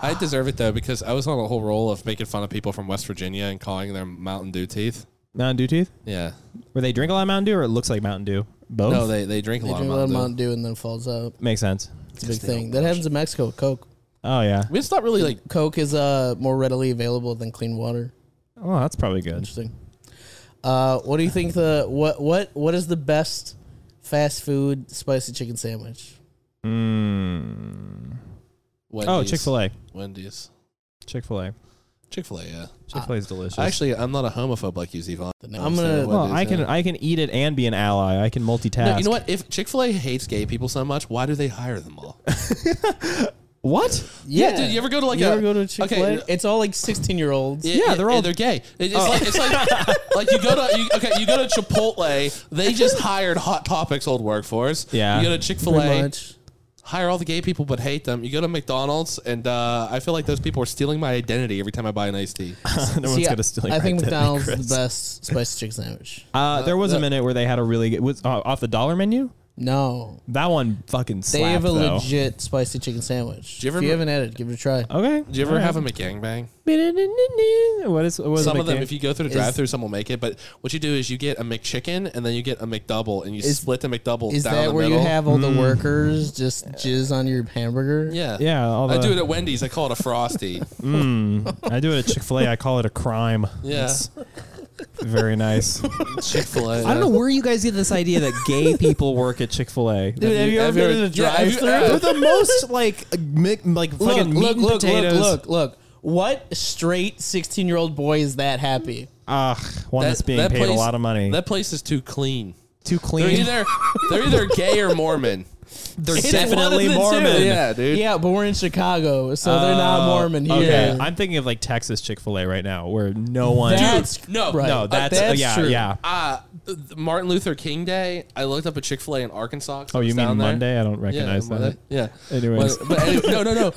Speaker 3: I deserve it though because I was on a whole roll of making fun of people from West Virginia and calling them Mountain Dew teeth.
Speaker 2: Mountain Dew teeth?
Speaker 3: Yeah,
Speaker 2: Where they drink a lot of Mountain Dew or it looks like Mountain Dew? Both?
Speaker 3: no, they they drink a
Speaker 1: They
Speaker 3: lot of
Speaker 1: drink a lot of
Speaker 3: Mountain Dew.
Speaker 1: Mountain Dew and then it falls out.
Speaker 2: Makes sense.
Speaker 1: It's a big thing. That happens in Mexico. with Coke.
Speaker 2: Oh, yeah.
Speaker 3: I mean, it's not really like
Speaker 1: Coke is uh, more readily available than clean water.
Speaker 2: Oh, that's probably good.
Speaker 1: Interesting. Uh, what do you think the what what what is the best fast food spicy chicken sandwich?
Speaker 2: Mm.
Speaker 3: Wendy's.
Speaker 2: Oh, Chick fil A.
Speaker 3: Wendy's.
Speaker 2: Chick fil A.
Speaker 3: Chick fil A, yeah.
Speaker 2: Chick fil A is delicious.
Speaker 3: Actually, I'm not a homophobe like you, Zevon.
Speaker 1: I'm gonna-
Speaker 2: well, I can I can eat it and be an ally. I can multitask.
Speaker 3: No, you know what? If Chick fil A hates gay people so much, why do they hire them all?
Speaker 2: What?
Speaker 3: Yeah, dude, you ever go to like
Speaker 1: you
Speaker 3: a-
Speaker 1: ever go to Chick Fil A?
Speaker 3: okay.
Speaker 1: It's all like sixteen year olds.
Speaker 2: Yeah, they're all-
Speaker 3: and they're gay. It- It's like it's like like you go to you, okay, you go to Chipotle. They just hired Hot Topics old workforce.
Speaker 2: Yeah.
Speaker 3: you go to Chick Fil
Speaker 1: pretty
Speaker 3: A,
Speaker 1: much.
Speaker 3: hire all the gay people but hate them. You go to McDonald's, and uh, I feel like those people are stealing my identity every time I buy an iced tea.
Speaker 2: no
Speaker 1: See,
Speaker 2: one's gonna steal your
Speaker 1: I think
Speaker 2: identity,
Speaker 1: McDonald's
Speaker 2: Chris.
Speaker 1: is the best spicy chicken sandwich.
Speaker 2: Uh, there was a minute where they had a really good was uh, off the dollar menu.
Speaker 1: No,
Speaker 2: That one fucking
Speaker 1: they
Speaker 2: slapped
Speaker 1: have a
Speaker 2: though.
Speaker 1: legit spicy chicken sandwich.
Speaker 3: you ever
Speaker 1: if you
Speaker 3: m-
Speaker 1: haven't had it, give it a try.
Speaker 2: Okay.
Speaker 3: Did you ever have a McGangbang?
Speaker 2: What is what is
Speaker 3: Some
Speaker 2: it
Speaker 3: of them,
Speaker 2: again?
Speaker 3: if you go through the drive-through, some will make it. But what you do is you get a McChicken and then you get a McDouble, and you
Speaker 1: Is-
Speaker 3: split the McDouble
Speaker 1: Is
Speaker 3: down
Speaker 1: that
Speaker 3: the
Speaker 1: where
Speaker 3: middle.
Speaker 1: you have all the workers just jizz on your hamburger?
Speaker 3: yeah,
Speaker 2: Mm. Yeah, all
Speaker 3: I
Speaker 2: the-
Speaker 3: do it at Wendy's. I call it a frosty.
Speaker 2: I do it at Chick Fil A. I call it a crime.
Speaker 3: Yeah.
Speaker 2: It's very nice.
Speaker 3: Chick Fil A.
Speaker 2: I don't know where you guys get this idea that gay people work at Chick Fil A. Dude,
Speaker 3: have you ever been in a drive-thru?
Speaker 2: They're the most like mi- like fucking
Speaker 1: Look, look,
Speaker 2: meat and
Speaker 1: look, look,
Speaker 2: potatoes.
Speaker 1: look, look. What straight sixteen year old boy is that happy?
Speaker 2: Ugh, one that's being paid a lot of money.
Speaker 3: That place is too clean.
Speaker 2: Too
Speaker 3: They're
Speaker 2: clean.
Speaker 3: either they're either gay or Mormon.
Speaker 2: They're
Speaker 1: It's
Speaker 2: definitely
Speaker 1: one of the two.
Speaker 2: Mormon.
Speaker 3: Yeah, dude.
Speaker 1: Yeah, but we're in Chicago, so they're
Speaker 2: Uh,
Speaker 1: not Mormon here.
Speaker 2: Oh, Okay, I'm thinking of like Texas Chick Fil A right now, where no one.
Speaker 1: That's
Speaker 3: no,
Speaker 1: right.
Speaker 2: no,
Speaker 1: Uh,
Speaker 2: that's, uh, yeah,
Speaker 1: true.
Speaker 2: yeah.
Speaker 3: Uh, th- Martin Luther King Day. I looked up a Chick Fil A in Arkansas. 'cause
Speaker 2: Oh,
Speaker 3: I
Speaker 2: you
Speaker 3: was
Speaker 2: mean
Speaker 3: down there.
Speaker 2: Monday? I don't
Speaker 3: Yeah,
Speaker 2: recognize that.
Speaker 3: Monday. Yeah.
Speaker 2: Anyways.
Speaker 3: But, but anyway, no, no, no.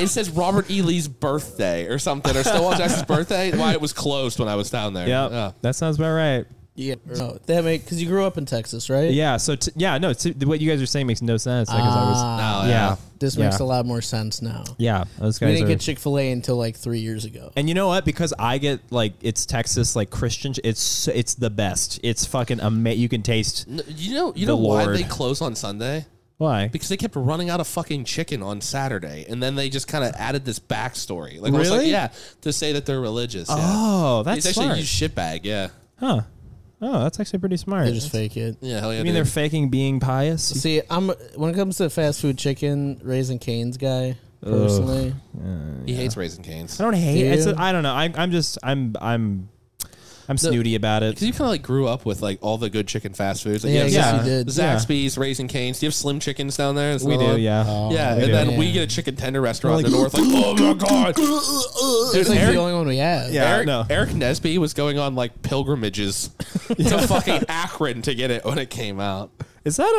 Speaker 3: It says Robert E. Lee's birthday or something, or Stonewall Jackson's birthday. Why it was closed when I was down there.
Speaker 2: Yeah,
Speaker 3: Yeah.
Speaker 2: that sounds about right.
Speaker 1: Yeah, no, that make because you grew up in Texas, right?
Speaker 2: Yeah. So t- yeah, no. T- what you guys are saying makes no sense. Like, 'cause I was,
Speaker 1: Ah,
Speaker 3: Oh,
Speaker 2: yeah,
Speaker 1: this makes a lot more sense now.
Speaker 2: Yeah, those
Speaker 1: We
Speaker 2: guys
Speaker 1: didn't
Speaker 2: are.
Speaker 1: get Chick Fil A until like three years ago.
Speaker 2: and you know what? Because I get like it's Texas, like Christian. ch- It's so- it's the best. It's fucking amazing. You can taste
Speaker 3: No, You know, you
Speaker 2: The
Speaker 3: know why
Speaker 2: Lord.
Speaker 3: they close on Sunday?
Speaker 2: why.
Speaker 3: because they kept running out of fucking chicken on Saturday, and then they just kind of added this backstory, like, almost
Speaker 2: Really?
Speaker 3: like yeah, to say that they're religious. yeah.
Speaker 2: Oh,
Speaker 3: it's
Speaker 2: that's
Speaker 3: actually
Speaker 2: smart.
Speaker 3: a huge shitbag. Yeah,
Speaker 2: huh? Oh, that's actually pretty smart.
Speaker 1: They just fake it.
Speaker 3: yeah, hell yeah.
Speaker 2: I mean, they're faking being pious.
Speaker 1: See, I'm when it comes to fast food chicken, Raising Cane's guy personally.
Speaker 3: he hates raisin canes.
Speaker 2: I don't hate.
Speaker 1: Yeah.
Speaker 2: It's. A, I don't know. I, I'm just. I'm. I'm. I'm snooty about it.
Speaker 3: Because you kind of like grew up with like all the good chicken fast foods. Like,
Speaker 1: Yeah, I
Speaker 3: you
Speaker 1: guess
Speaker 3: have
Speaker 1: you did.
Speaker 3: Zaxby's, Raisin Canes. Do you have Slim Chickens down there? Is
Speaker 2: We
Speaker 3: another
Speaker 2: do.
Speaker 3: one?
Speaker 2: Yeah.
Speaker 1: Oh.
Speaker 3: Yeah,
Speaker 2: we
Speaker 3: and
Speaker 2: do.
Speaker 3: then
Speaker 1: Yeah.
Speaker 3: we get a chicken tender restaurant in the north. Like, oh my god!
Speaker 1: It's like
Speaker 2: Eric-
Speaker 1: the only one we have.
Speaker 2: Yeah.
Speaker 3: Eric,
Speaker 2: no.
Speaker 3: Eric Nesby was going on like pilgrimages to fucking Akron to get it when it came out.
Speaker 2: Is that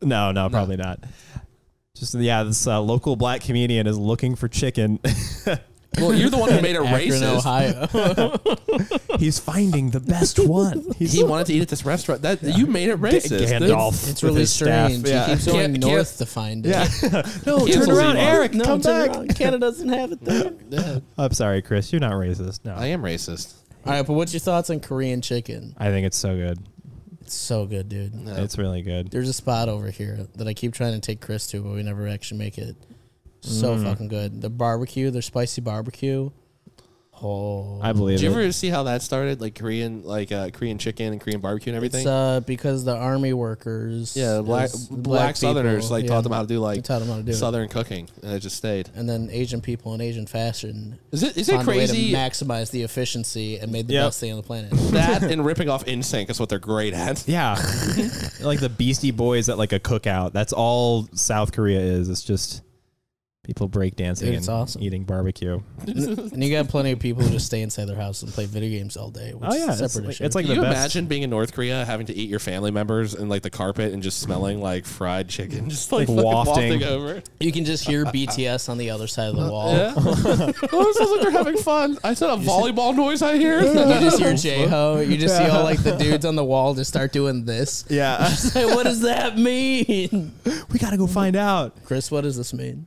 Speaker 2: a no? No, probably not. Just yeah, this uh, local black comedian is looking for chicken.
Speaker 3: Well, you're the one who made it
Speaker 1: Akron,
Speaker 3: racist.
Speaker 1: Ohio.
Speaker 2: He's finding the best one. He's
Speaker 3: he wanted to eat at this restaurant. That you made it
Speaker 2: G-
Speaker 3: racist. dude.
Speaker 2: Gandalf.
Speaker 1: it's
Speaker 2: with
Speaker 1: really
Speaker 2: his staff.
Speaker 1: strange.
Speaker 2: Yeah.
Speaker 1: He keeps going
Speaker 3: Can't-
Speaker 1: north
Speaker 3: can't-
Speaker 1: to find it.
Speaker 2: no,
Speaker 3: Cancel
Speaker 2: turn around,
Speaker 3: Zemo.
Speaker 2: Eric.
Speaker 1: No,
Speaker 2: come
Speaker 1: turn
Speaker 2: back.
Speaker 1: around. Canada doesn't have it there.
Speaker 2: I'm sorry, Chris. You're not racist. No,
Speaker 3: I
Speaker 2: I,
Speaker 3: am racist.
Speaker 1: All right, but what's your thoughts on Korean chicken?
Speaker 2: think it's so good.
Speaker 1: It's so good, dude.
Speaker 2: It's really good.
Speaker 1: There's a spot over here that I keep trying to take Chris to, but we never actually make it. So fucking good. The barbecue, their spicy barbecue. Oh,
Speaker 2: I believe
Speaker 3: Did you
Speaker 2: it.
Speaker 3: ever see how that started? Like Korean, like uh, Korean chicken and Korean barbecue and everything.
Speaker 1: it's uh, because the army workers,
Speaker 3: yeah, black,
Speaker 1: it's
Speaker 3: black,
Speaker 1: people,
Speaker 3: Southerners like
Speaker 1: yeah.
Speaker 3: taught them how to do
Speaker 1: They
Speaker 3: like
Speaker 1: taught them how to do it.
Speaker 3: Southern cooking, and it just stayed.
Speaker 1: and then Asian people in Asian fashion
Speaker 3: Is it is it
Speaker 1: found a way to
Speaker 3: crazy?
Speaker 1: maximize the efficiency and made the
Speaker 2: Yep.
Speaker 1: best thing on the planet.
Speaker 3: that and ripping off NSYNC is what they're great at.
Speaker 2: Yeah, like the Beastie Boys at like a cookout. That's all South Korea is. It's just people break dancing
Speaker 1: Dude, it's
Speaker 2: and
Speaker 1: awesome.
Speaker 2: eating barbecue.
Speaker 1: and you got plenty of people who just stay inside their house and play video games all day. Which
Speaker 2: Oh yeah,
Speaker 1: is a
Speaker 2: it's,
Speaker 1: separate
Speaker 2: like-
Speaker 1: issue.
Speaker 2: it's like
Speaker 3: Can
Speaker 2: the
Speaker 3: you
Speaker 2: best.
Speaker 3: imagine being in North Korea having to eat your family members in like the carpet and just smelling like fried chicken, just like,
Speaker 2: Like
Speaker 3: fucking
Speaker 2: wafting.
Speaker 3: wafting. over?
Speaker 1: you can just hear BTS on the other side of the wall.
Speaker 3: Yeah. oh, it sounds like they're having fun. I said a volleyball noise I hear.
Speaker 1: You just hear J Ho. You just see all like the dudes on the wall just start doing this.
Speaker 2: yeah,
Speaker 1: Hey, what does that mean,
Speaker 2: we gotta go find out.
Speaker 1: Chris? What does this mean?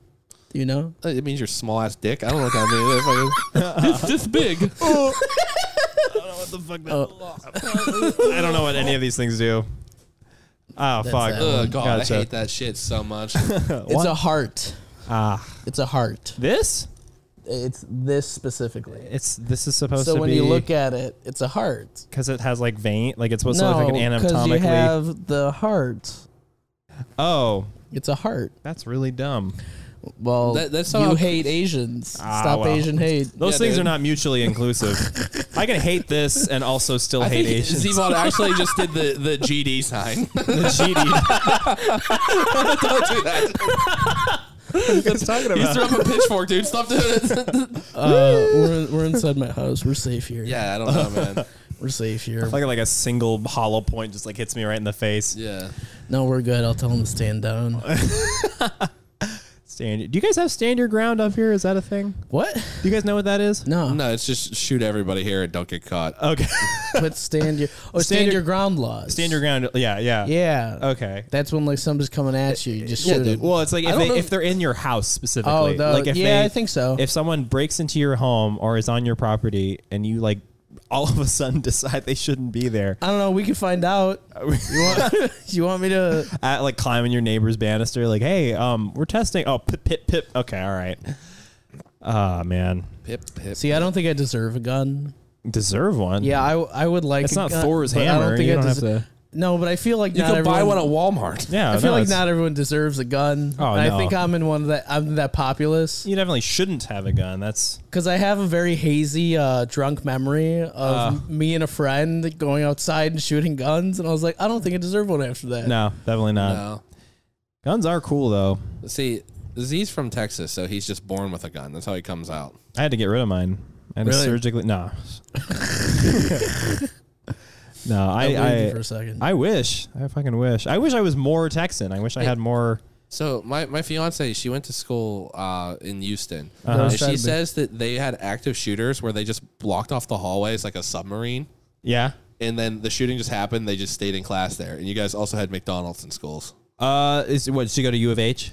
Speaker 1: Do you know?
Speaker 3: it means your small ass dick. I don't know what that means. it's this big.
Speaker 1: Uh,
Speaker 3: Uh,
Speaker 2: I don't know what any of these things do. Oh fuck!
Speaker 1: that
Speaker 3: Ugh, God,
Speaker 2: Gotcha.
Speaker 3: I hate that shit so much.
Speaker 1: It's a heart.
Speaker 2: Ah,
Speaker 1: It's a heart.
Speaker 2: this
Speaker 1: It's this specifically.
Speaker 2: it's this is supposed
Speaker 1: So
Speaker 2: to
Speaker 1: when
Speaker 2: be
Speaker 1: you look at it, it's a heart.
Speaker 2: because it has like vein, like it's supposed to
Speaker 1: No,
Speaker 2: look like an
Speaker 1: because you
Speaker 2: anatomically.
Speaker 1: have the heart.
Speaker 2: oh,
Speaker 1: It's a heart.
Speaker 2: that's really dumb.
Speaker 1: Well,
Speaker 3: That- that's
Speaker 1: you
Speaker 3: how-
Speaker 1: hate Asians.
Speaker 2: Ah,
Speaker 1: Stop
Speaker 2: well.
Speaker 1: Asian hate.
Speaker 2: Those
Speaker 3: Yeah,
Speaker 2: things
Speaker 3: dude.
Speaker 2: are not mutually inclusive. I can hate this and also still
Speaker 3: I
Speaker 2: hate
Speaker 3: think
Speaker 2: Asians.
Speaker 3: Zevon actually just did the, the GD sign.
Speaker 2: The GD.
Speaker 3: Don't do that.
Speaker 2: talking
Speaker 3: He threw up a pitchfork, dude. Stop doing it.
Speaker 1: Uh, we're, we're inside my house. We're safe here.
Speaker 3: yeah, I don't know, man.
Speaker 1: We're safe here.
Speaker 2: Like like a single hollow point just like hits me right in the face.
Speaker 3: Yeah.
Speaker 1: No, we're good. I'll tell them to stand down.
Speaker 2: Stand. Do you guys have stand your ground up here? Is that a thing?
Speaker 1: What?
Speaker 2: Do you guys know what that is?
Speaker 1: No.
Speaker 3: No, it's just shoot everybody here and don't get caught.
Speaker 2: Okay.
Speaker 1: Put stand your oh stand,
Speaker 2: your-
Speaker 1: your, ground laws.
Speaker 2: stand your ground. Yeah, yeah.
Speaker 1: Yeah.
Speaker 2: Okay.
Speaker 1: That's when like somebody's coming at you. You just shoot 'em.
Speaker 2: Well, it's like if
Speaker 1: don't
Speaker 2: they
Speaker 1: know-
Speaker 2: if they're in your house specifically.
Speaker 1: Oh, the,
Speaker 2: like if
Speaker 1: yeah,
Speaker 2: they,
Speaker 1: I think so.
Speaker 2: if someone breaks into your home or is on your property and you like all of a sudden decide they shouldn't be there,
Speaker 1: I don't know. We can find out. You want, you want me to?
Speaker 2: at, like climbing your neighbor's banister, like, hey, um, we're testing. Oh, pip, pip, pip. Okay, all right. Ah, man,
Speaker 3: Pip, pip.
Speaker 1: See, I don't think I deserve a gun.
Speaker 2: deserve one.
Speaker 1: Yeah, I, I would like.
Speaker 2: it's
Speaker 1: a
Speaker 2: not
Speaker 1: gun,
Speaker 2: Thor's
Speaker 1: but
Speaker 2: hammer. you don't have
Speaker 1: deser-
Speaker 2: to.
Speaker 1: No, but I feel like
Speaker 3: You
Speaker 1: not
Speaker 3: can buy
Speaker 1: everyone-
Speaker 3: one at Walmart.
Speaker 2: Yeah,
Speaker 1: I feel
Speaker 2: no,
Speaker 1: like
Speaker 2: it's-
Speaker 1: not everyone deserves a gun.
Speaker 2: Oh,
Speaker 1: and
Speaker 2: no.
Speaker 1: I think I'm in one of that. I'm that populace
Speaker 2: You definitely shouldn't have a gun. That's
Speaker 1: because I have a very hazy, uh, drunk memory of
Speaker 2: Uh.
Speaker 1: me and a friend going outside and shooting guns, and I was like, I don't think I deserve one after that.
Speaker 2: no, definitely
Speaker 1: Uh,
Speaker 2: not.
Speaker 3: No.
Speaker 2: Guns are cool though.
Speaker 3: See, Z's from Texas, so he's just born with a gun. That's how he comes out.
Speaker 2: I had to get rid of mine. I had to
Speaker 1: Really?
Speaker 2: surgically. No. no, I
Speaker 1: I,
Speaker 2: I,
Speaker 1: for a second.
Speaker 2: I wish. I fucking wish. I wish I was more Texan. I wish I had more.
Speaker 3: So my, my fiance, she went to school uh, in Houston.
Speaker 1: Uh-huh.
Speaker 3: And she
Speaker 1: Sadly.
Speaker 3: says that they had active shooters where they just blocked off the hallways like a submarine.
Speaker 2: Yeah.
Speaker 3: And then the shooting just happened. They just stayed in class there. And you guys also had McDonald's in schools.
Speaker 2: Uh, is what? Did she go to U of H?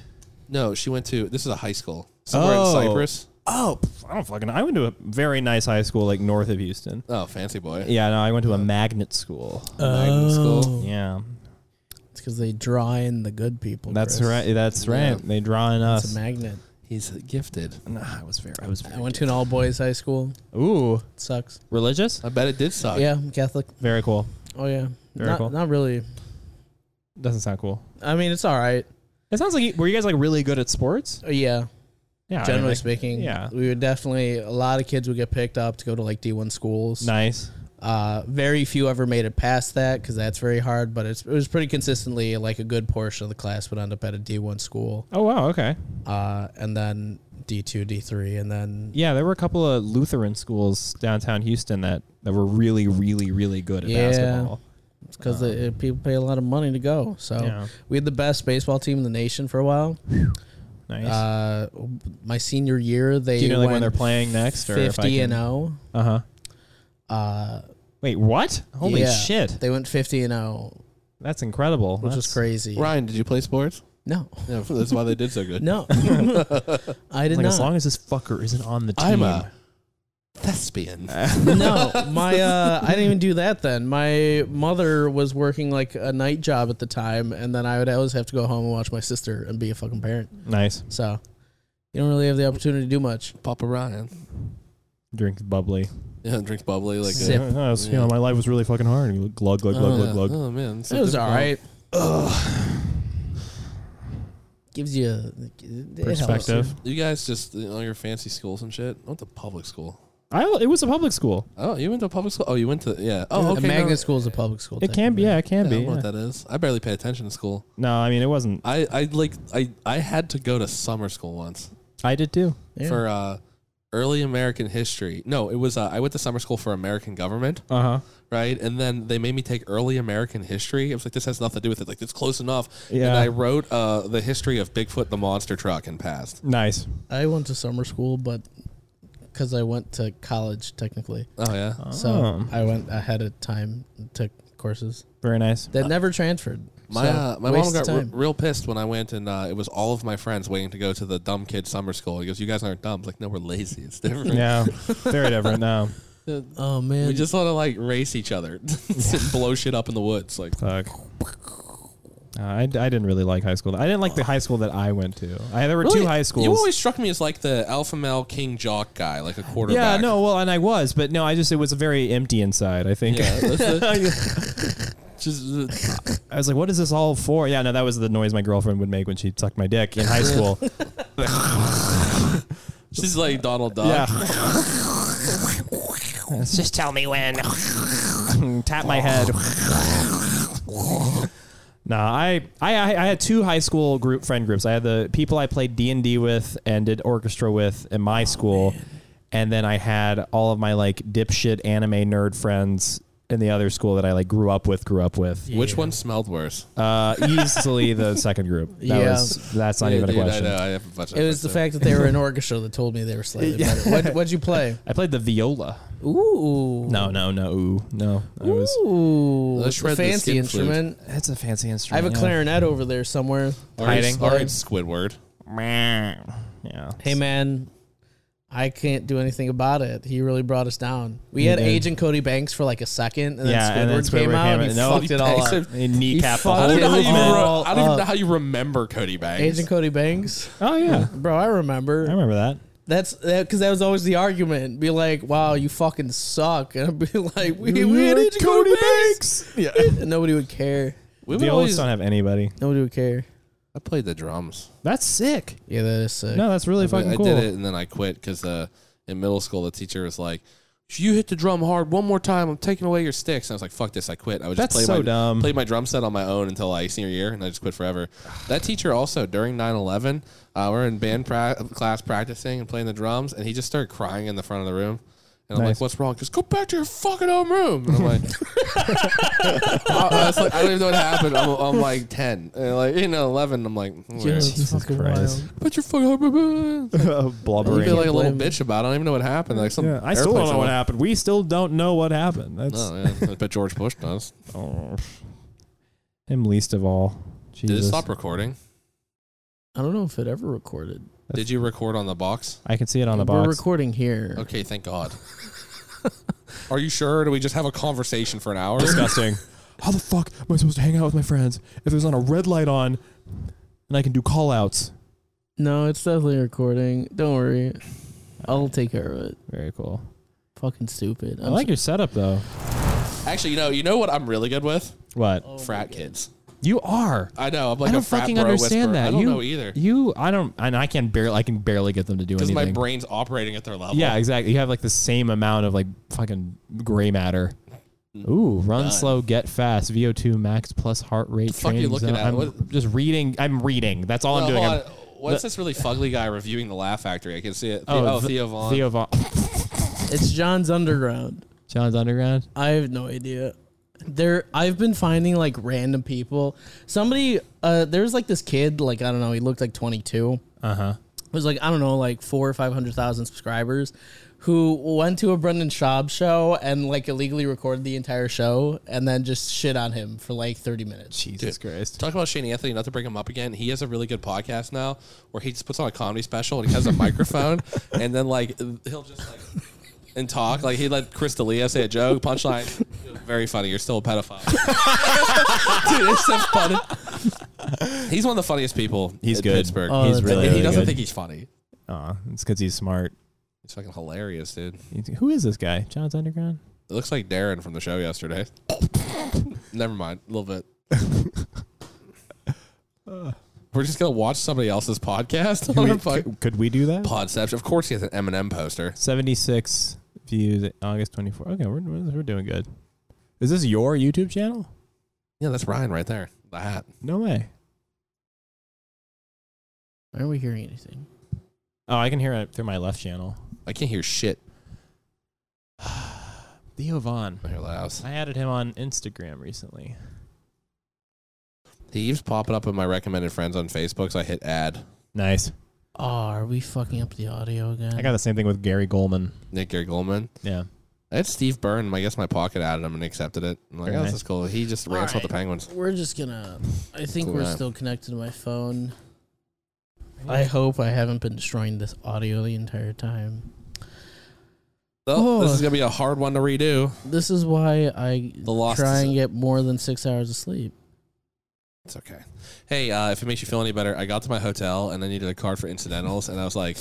Speaker 3: No, she went to, this is a high school somewhere
Speaker 2: Oh.
Speaker 3: in Cyprus.
Speaker 2: Oh, pff, I don't fucking. I went to a very nice high school, like north of Houston.
Speaker 3: Oh, fancy boy.
Speaker 2: Yeah, no, I went to a magnet school.
Speaker 3: Magnet
Speaker 1: Oh.
Speaker 3: school.
Speaker 2: Yeah,
Speaker 1: it's because they draw in the good people.
Speaker 2: that's
Speaker 1: Chris.
Speaker 2: right. That's
Speaker 3: Yeah.
Speaker 2: right. They draw in
Speaker 1: It's
Speaker 2: us.
Speaker 1: a magnet.
Speaker 3: He's gifted.
Speaker 2: Nah, I was very. I was
Speaker 1: I
Speaker 2: very.
Speaker 1: went to an all boys high school.
Speaker 2: Ooh,
Speaker 1: It sucks.
Speaker 2: religious?
Speaker 3: I bet it did suck.
Speaker 1: Yeah, I'm Catholic.
Speaker 2: Very cool.
Speaker 1: Oh yeah,
Speaker 2: Uh, Very
Speaker 1: not
Speaker 2: cool.
Speaker 1: not really.
Speaker 2: Doesn't sound cool.
Speaker 1: I mean, it's all right.
Speaker 2: It sounds like you- were you guys like really good at sports?
Speaker 1: Uh, Yeah,
Speaker 2: Yeah, I mean,
Speaker 1: generally
Speaker 2: like-
Speaker 1: speaking,
Speaker 2: yeah.
Speaker 1: we would definitely a lot of kids would get picked up to go to like D1 schools.
Speaker 2: Nice.
Speaker 1: Uh, very few ever made it past that because that's very hard. But it's, it was pretty consistently like a good portion of the class would end up at a D1 school,
Speaker 2: Oh wow. Okay.
Speaker 1: uh, and then D2, D3, and then yeah,
Speaker 2: Yeah, there were a couple of Lutheran schools downtown Houston that that were really, really, really good at
Speaker 1: Yeah.
Speaker 2: basketball.
Speaker 1: because uh, people pay a lot of money to go. So
Speaker 2: Yeah.
Speaker 1: we had the best baseball team in the nation for a while.
Speaker 2: Nice.
Speaker 1: Uh, my senior year, they
Speaker 2: Do you know like when they're
Speaker 1: went
Speaker 2: playing next or if I
Speaker 1: fifty
Speaker 2: can,
Speaker 1: and oh. zero.
Speaker 2: Uh huh.
Speaker 1: Uh,
Speaker 2: Wait, what? Holy
Speaker 1: yeah,
Speaker 2: shit!
Speaker 1: They went fifty and zero,
Speaker 2: That's incredible.
Speaker 1: which
Speaker 2: That's
Speaker 1: is crazy.
Speaker 3: Ryan, did you play sports?
Speaker 1: No,
Speaker 3: Yeah, that's why they did so good.
Speaker 1: no, I did
Speaker 2: Like
Speaker 1: not.
Speaker 2: as long as this fucker isn't on the team.
Speaker 3: I'm a thespian.
Speaker 1: no, my uh, I didn't even do that then. My mother was working like a night job at the time, and then I would always have to go home and watch my sister and be a fucking parent.
Speaker 2: nice.
Speaker 1: So you don't really have the opportunity to do much.
Speaker 3: Papa Ryan.
Speaker 2: drinks bubbly.
Speaker 3: Yeah, drinks bubbly like.
Speaker 1: Sip.
Speaker 2: Uh, I was- You know, my life was really fucking hard. And you glug, glug, glug, glug,
Speaker 1: Uh-huh.
Speaker 2: glug.
Speaker 3: Oh man, it's so
Speaker 1: It was
Speaker 3: difficult.
Speaker 1: all right. Gives you a
Speaker 2: Perspective.
Speaker 3: You guys just you know, your fancy schools and shit. I went to public school.
Speaker 2: I, it was a public school.
Speaker 3: Oh, you went to public school? Oh, you went to yeah. Oh,
Speaker 1: Oh,
Speaker 3: okay.
Speaker 1: a magnet
Speaker 3: no.
Speaker 1: school is a public school.
Speaker 2: It can be. Yeah, it can
Speaker 3: I
Speaker 2: be.
Speaker 3: don't know
Speaker 2: yeah.
Speaker 3: what that is. I barely pay attention to school.
Speaker 2: No, I mean it wasn't.
Speaker 3: I, I like I, I had to go to summer school once
Speaker 2: I did too.
Speaker 1: Yeah.
Speaker 3: for uh, early American history. No, it was uh, I went to summer school for American government,
Speaker 2: Uh
Speaker 1: Uh-huh.
Speaker 2: huh.
Speaker 3: right? And then they made me take early American history. I was like, this has nothing to do with it. Like it's close enough. And
Speaker 2: Yeah.
Speaker 3: I wrote uh, the history of Bigfoot the monster truck and passed.
Speaker 2: Nice.
Speaker 1: I went to summer school, but because I went to college technically,
Speaker 3: Oh yeah.
Speaker 1: so
Speaker 2: Oh.
Speaker 1: I went ahead of time and took courses
Speaker 2: Very nice.
Speaker 1: that never transferred.
Speaker 3: Uh, My,
Speaker 1: so
Speaker 3: uh, my mom
Speaker 1: waste of
Speaker 3: got re-
Speaker 1: time.
Speaker 3: real pissed when I went, and uh, it was all of my friends waiting to go to the dumb kid summer school. He goes, "You guys aren't dumb." I was like, no, we're lazy. It's different.
Speaker 2: Yeah. Very different. No.
Speaker 1: oh man,
Speaker 3: We just want to like race each other, and blow shit up in the woods. Like,
Speaker 2: Fuck. Uh, I, I didn't really like high school. I didn't like the high school that I went to. I there were two
Speaker 3: Really,
Speaker 2: high schools.
Speaker 3: You always struck me as like the alpha male king jock guy, like a quarterback.
Speaker 2: yeah, no, well, and I was, but no, I just it was very empty inside. I think
Speaker 3: Yeah, that's the- just uh,
Speaker 2: I was like, "What is this all for?" Yeah, no, that was the noise my girlfriend would make when she sucked my dick in high school.
Speaker 3: she's like Donald Duck.
Speaker 2: yeah, just tell me when. Tap my head. Nah, I, I I I had two high school group friend groups. I had the people I played D and D with and did orchestra with in my school, and then I had all of my like dipshit anime nerd friends in the other school that I like grew up with, grew up with.
Speaker 3: Which one smelled worse?
Speaker 2: Uh, easily the second group. That
Speaker 1: Yeah.
Speaker 2: was, that's not even a
Speaker 3: Dude, I
Speaker 2: question.
Speaker 3: know, I have a bunch of
Speaker 1: it was the fact that they were an orchestra that told me they were slightly better. What, what'd you play?
Speaker 2: I played the viola.
Speaker 1: Ooh,
Speaker 2: No, no, no, ooh, no. I was.
Speaker 1: Ooh,
Speaker 3: Let's
Speaker 1: it's a
Speaker 3: shred the
Speaker 1: fancy
Speaker 3: skin flute.
Speaker 1: instrument.
Speaker 2: That's a fancy
Speaker 1: I have
Speaker 2: instrument.
Speaker 1: a clarinet over there somewhere.
Speaker 3: All right,
Speaker 2: hiding.
Speaker 3: all right, Squidward.
Speaker 2: Yeah.
Speaker 1: Hey man, I can't do anything about it. He really brought us down. We had
Speaker 2: did.
Speaker 1: Agent Cody Banks for like a second, and then
Speaker 2: Yeah,
Speaker 1: Squidward,
Speaker 2: and then
Speaker 1: came
Speaker 2: Squidward
Speaker 1: out
Speaker 2: came
Speaker 1: and he
Speaker 2: out. No,
Speaker 1: fucked it all
Speaker 3: Banks
Speaker 1: up.
Speaker 2: Hey,
Speaker 1: He
Speaker 2: kneecap. the
Speaker 3: I
Speaker 1: fucked
Speaker 2: whole
Speaker 3: don't, know how, you
Speaker 1: man.
Speaker 3: re-
Speaker 2: movement.
Speaker 3: I don't even
Speaker 1: Uh,
Speaker 3: know how you remember Cody Banks.
Speaker 1: Agent Cody Banks,
Speaker 2: Oh yeah,
Speaker 1: bro, I remember.
Speaker 2: I remember that.
Speaker 1: That's that because that was always the argument. Be like, wow, you fucking suck, and I'd be like, we, we had Agent Cody, Banks,
Speaker 2: Yeah.
Speaker 1: and nobody would care.
Speaker 3: We would
Speaker 2: Violas
Speaker 3: always-
Speaker 2: don't have anybody.
Speaker 1: Nobody would care.
Speaker 3: I played the drums.
Speaker 2: That's sick.
Speaker 1: Yeah, that is sick.
Speaker 2: No, that's really fucking
Speaker 3: I
Speaker 2: cool.
Speaker 3: did it and then I quit because uh, in middle school the teacher was like, "If you hit the drum hard one more time, I'm taking away your sticks." And I was like, "Fuck this! I quit." I was just
Speaker 2: That's so
Speaker 3: playing my
Speaker 2: dumb.
Speaker 3: played my drum set on my own until like senior year, and I just quit forever. that teacher also during 9-11, uh, we're in band pra- class practicing and playing the drums, and he just started crying in the front of the room. And I'm
Speaker 2: Nice.
Speaker 3: like, "What's wrong?" Just go back to your fucking home room. And I'm like, I, I was like, I don't even know what happened. I'm, I'm like ten, and like you know, eleven. I'm like,
Speaker 1: Yeah,
Speaker 3: "Where?
Speaker 1: that's
Speaker 2: Jesus
Speaker 1: fucking
Speaker 2: Christ.
Speaker 1: wild.
Speaker 3: put your fucking home room.
Speaker 1: uh,
Speaker 3: You
Speaker 2: Blubbering.
Speaker 3: feel like a little
Speaker 1: blame him.
Speaker 3: bitch about. it. I don't even know what happened. Like some
Speaker 2: yeah, I still
Speaker 3: airplane
Speaker 2: don't know what
Speaker 3: someone-
Speaker 2: happened. We still don't know what happened. That's
Speaker 3: No, Oh, yeah. but George Bush does.
Speaker 2: oh. him least of all.
Speaker 3: Did it
Speaker 2: Jesus,
Speaker 3: stop recording?
Speaker 1: I don't know if it ever recorded.
Speaker 3: Did you record on the box?
Speaker 2: I can see it on the
Speaker 1: We're
Speaker 2: box.
Speaker 1: recording here.
Speaker 3: Okay, thank God. Are you sure? Or do we just have a conversation for an hour?
Speaker 2: disgusting. How the fuck am I supposed to hang out with my friends if there's not a red light on and I can do call outs?
Speaker 1: No, it's definitely recording. Don't worry, I'll take care of it.
Speaker 2: Very cool.
Speaker 1: Fucking stupid.
Speaker 2: I like your setup though.
Speaker 3: Actually, you know, you know what I'm really good with?
Speaker 2: What?
Speaker 1: Oh
Speaker 3: frat kids.
Speaker 2: You are.
Speaker 3: I know. I'm like
Speaker 2: I
Speaker 3: a
Speaker 2: don't
Speaker 3: frat
Speaker 2: fucking
Speaker 3: bro whisperer.
Speaker 2: understand that.
Speaker 3: I don't
Speaker 2: you,
Speaker 3: know either.
Speaker 2: You I don't and I can barely I can barely get them to do
Speaker 3: Because
Speaker 2: anything.
Speaker 3: my brain's operating at their level.
Speaker 2: yeah, exactly. You have like the same amount of like fucking gray matter.
Speaker 3: Hmm.
Speaker 2: Ooh, run slow, get fast. VO2 max plus heart rate.
Speaker 3: fuck
Speaker 2: training
Speaker 3: you looking
Speaker 2: zone.
Speaker 3: at?
Speaker 2: I'm
Speaker 3: What-
Speaker 2: just reading. I'm reading. That's all
Speaker 3: Uh,
Speaker 2: I'm doing.
Speaker 3: hold
Speaker 2: I'm-
Speaker 3: on. What's this really fugly guy reviewing the Laugh Factory? I can see it.
Speaker 2: oh,
Speaker 3: oh,
Speaker 2: th-
Speaker 3: Theo Vaughn.
Speaker 2: Theo Vaughn.
Speaker 1: it's John's Underground.
Speaker 2: John's underground.
Speaker 1: I have no idea. There, I've been finding like random people. Somebody, uh, there was like this kid, like I don't know, he looked like 22. Uh huh. Was like I don't know, like four or five hundred thousand subscribers, who went to a Brendan Schaub show and like illegally recorded the entire show and then just shit on him for like thirty minutes.
Speaker 2: Jesus Christ.
Speaker 3: Talk about Shane Anthony, not to bring him up again. He has a really good podcast now where he just puts on a comedy special and he has a microphone and then like he'll just like and talk. Like he let Chris D'Elia say a joke, punchline. Very funny. You're still a pedophile. Dude, it's so funny. He's one of the funniest people
Speaker 2: He's
Speaker 3: in
Speaker 2: good.
Speaker 3: Pittsburgh.
Speaker 1: Oh,
Speaker 2: he's
Speaker 1: that's
Speaker 2: really,
Speaker 3: and he
Speaker 2: really
Speaker 3: doesn't
Speaker 2: good.
Speaker 3: think he's funny.
Speaker 2: Aw, it's because he's smart.
Speaker 3: It's fucking hilarious, dude.
Speaker 2: You think, Who is this guy? John's Underground?
Speaker 3: It looks like Darren from the show yesterday. Never mind, a little bit. We're just gonna watch somebody else's podcast on our
Speaker 2: Could,
Speaker 3: pod-
Speaker 2: could we do that?
Speaker 3: podception. Of course, he has an Eminem poster.
Speaker 2: 76 views at August 24. Okay, we're, we're we're doing good. Is this your YouTube channel?
Speaker 3: Yeah, that's Ryan right there. The hat.
Speaker 2: No way.
Speaker 1: Why aren't we hearing anything?
Speaker 2: Oh, I can hear it through my left channel.
Speaker 3: I can't hear shit.
Speaker 2: Theo Vaughn.
Speaker 3: I hear laughs.
Speaker 2: I added him on Instagram recently.
Speaker 3: He keeps popping up in my recommended friends on Facebook, so I hit add.
Speaker 2: Nice.
Speaker 1: Oh, are we fucking up the audio again?
Speaker 2: I got the same thing with Gary Goldman.
Speaker 3: Nick Gary Goldman.
Speaker 2: Yeah.
Speaker 3: I had Steve Byrne. I guess my pocket added him and accepted it. I'm like,
Speaker 2: Very
Speaker 3: oh,
Speaker 2: nice.
Speaker 3: this is cool. He just ran us with the
Speaker 1: Alright.
Speaker 3: Penguins.
Speaker 1: We're just gonna. I think
Speaker 3: Cool
Speaker 1: we're
Speaker 3: app.
Speaker 1: still connected to my phone. I hope I haven't been destroying this audio the entire time.
Speaker 3: So, This
Speaker 1: Oh.
Speaker 3: is gonna be a hard one to redo.
Speaker 1: This is why I
Speaker 3: The loss.
Speaker 1: try and get more than six hours of sleep.
Speaker 3: It's okay. Hey, uh, if it makes you feel any better, I got to my hotel and I needed a card for incidentals, and I was like,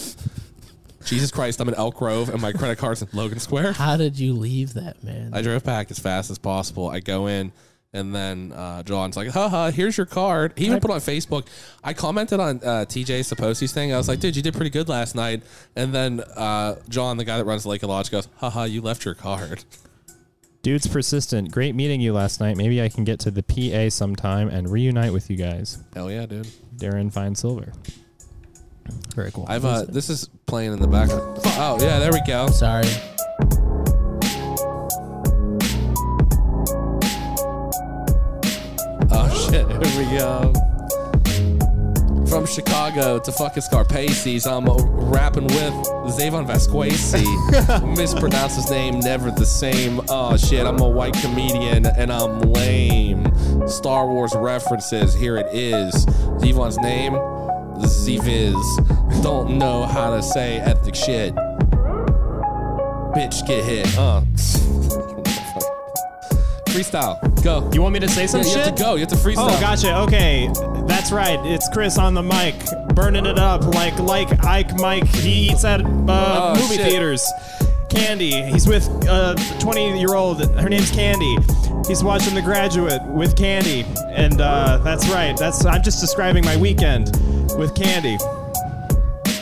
Speaker 3: Jesus Christ, I'm in Elk Grove, and my credit card's in Logan Square.
Speaker 1: How did you leave that, man?
Speaker 3: I drove back as fast as possible. I go in, and then uh, John's like, haha, here's your card. He even put it on Facebook. I commented on uh, TJ Saposi's thing. I was like, dude, you did pretty good last night. And then uh, John, the guy that runs Lake Lodge, goes, haha, you left your card.
Speaker 2: Dude's persistent. Great meeting you last night. Maybe I can get to the PA sometime and reunite with you guys.
Speaker 3: Hell yeah, dude.
Speaker 2: Darren Fine Silver. Very cool.
Speaker 3: I've uh, This is playing in the background. Oh, yeah, there we go.
Speaker 1: Sorry.
Speaker 3: Oh shit, here we go. From Chicago to fucking Scarpaces, I'm uh, rapping with Zavon Vasquez. Mispronounce his name, never the same. Oh shit, I'm a white comedian and I'm lame. Star Wars references, here it is. Zavon's name, Zviz. Don't know how to say ethnic shit. Bitch, get hit. Uh. Freestyle, go.
Speaker 2: you want me to say some
Speaker 3: Yeah, you have to go. You have to freestyle.
Speaker 2: Oh, gotcha. Okay, that's right. It's Chris on the mic, burning it up like like Ike Mike. He eats at uh,
Speaker 3: Oh,
Speaker 2: movie
Speaker 3: shit.
Speaker 2: theaters. Candy. He's with a 20 year old. Her name's Candy. He's watching The Graduate with Candy, and uh, that's right. That's I'm just describing my weekend with Candy.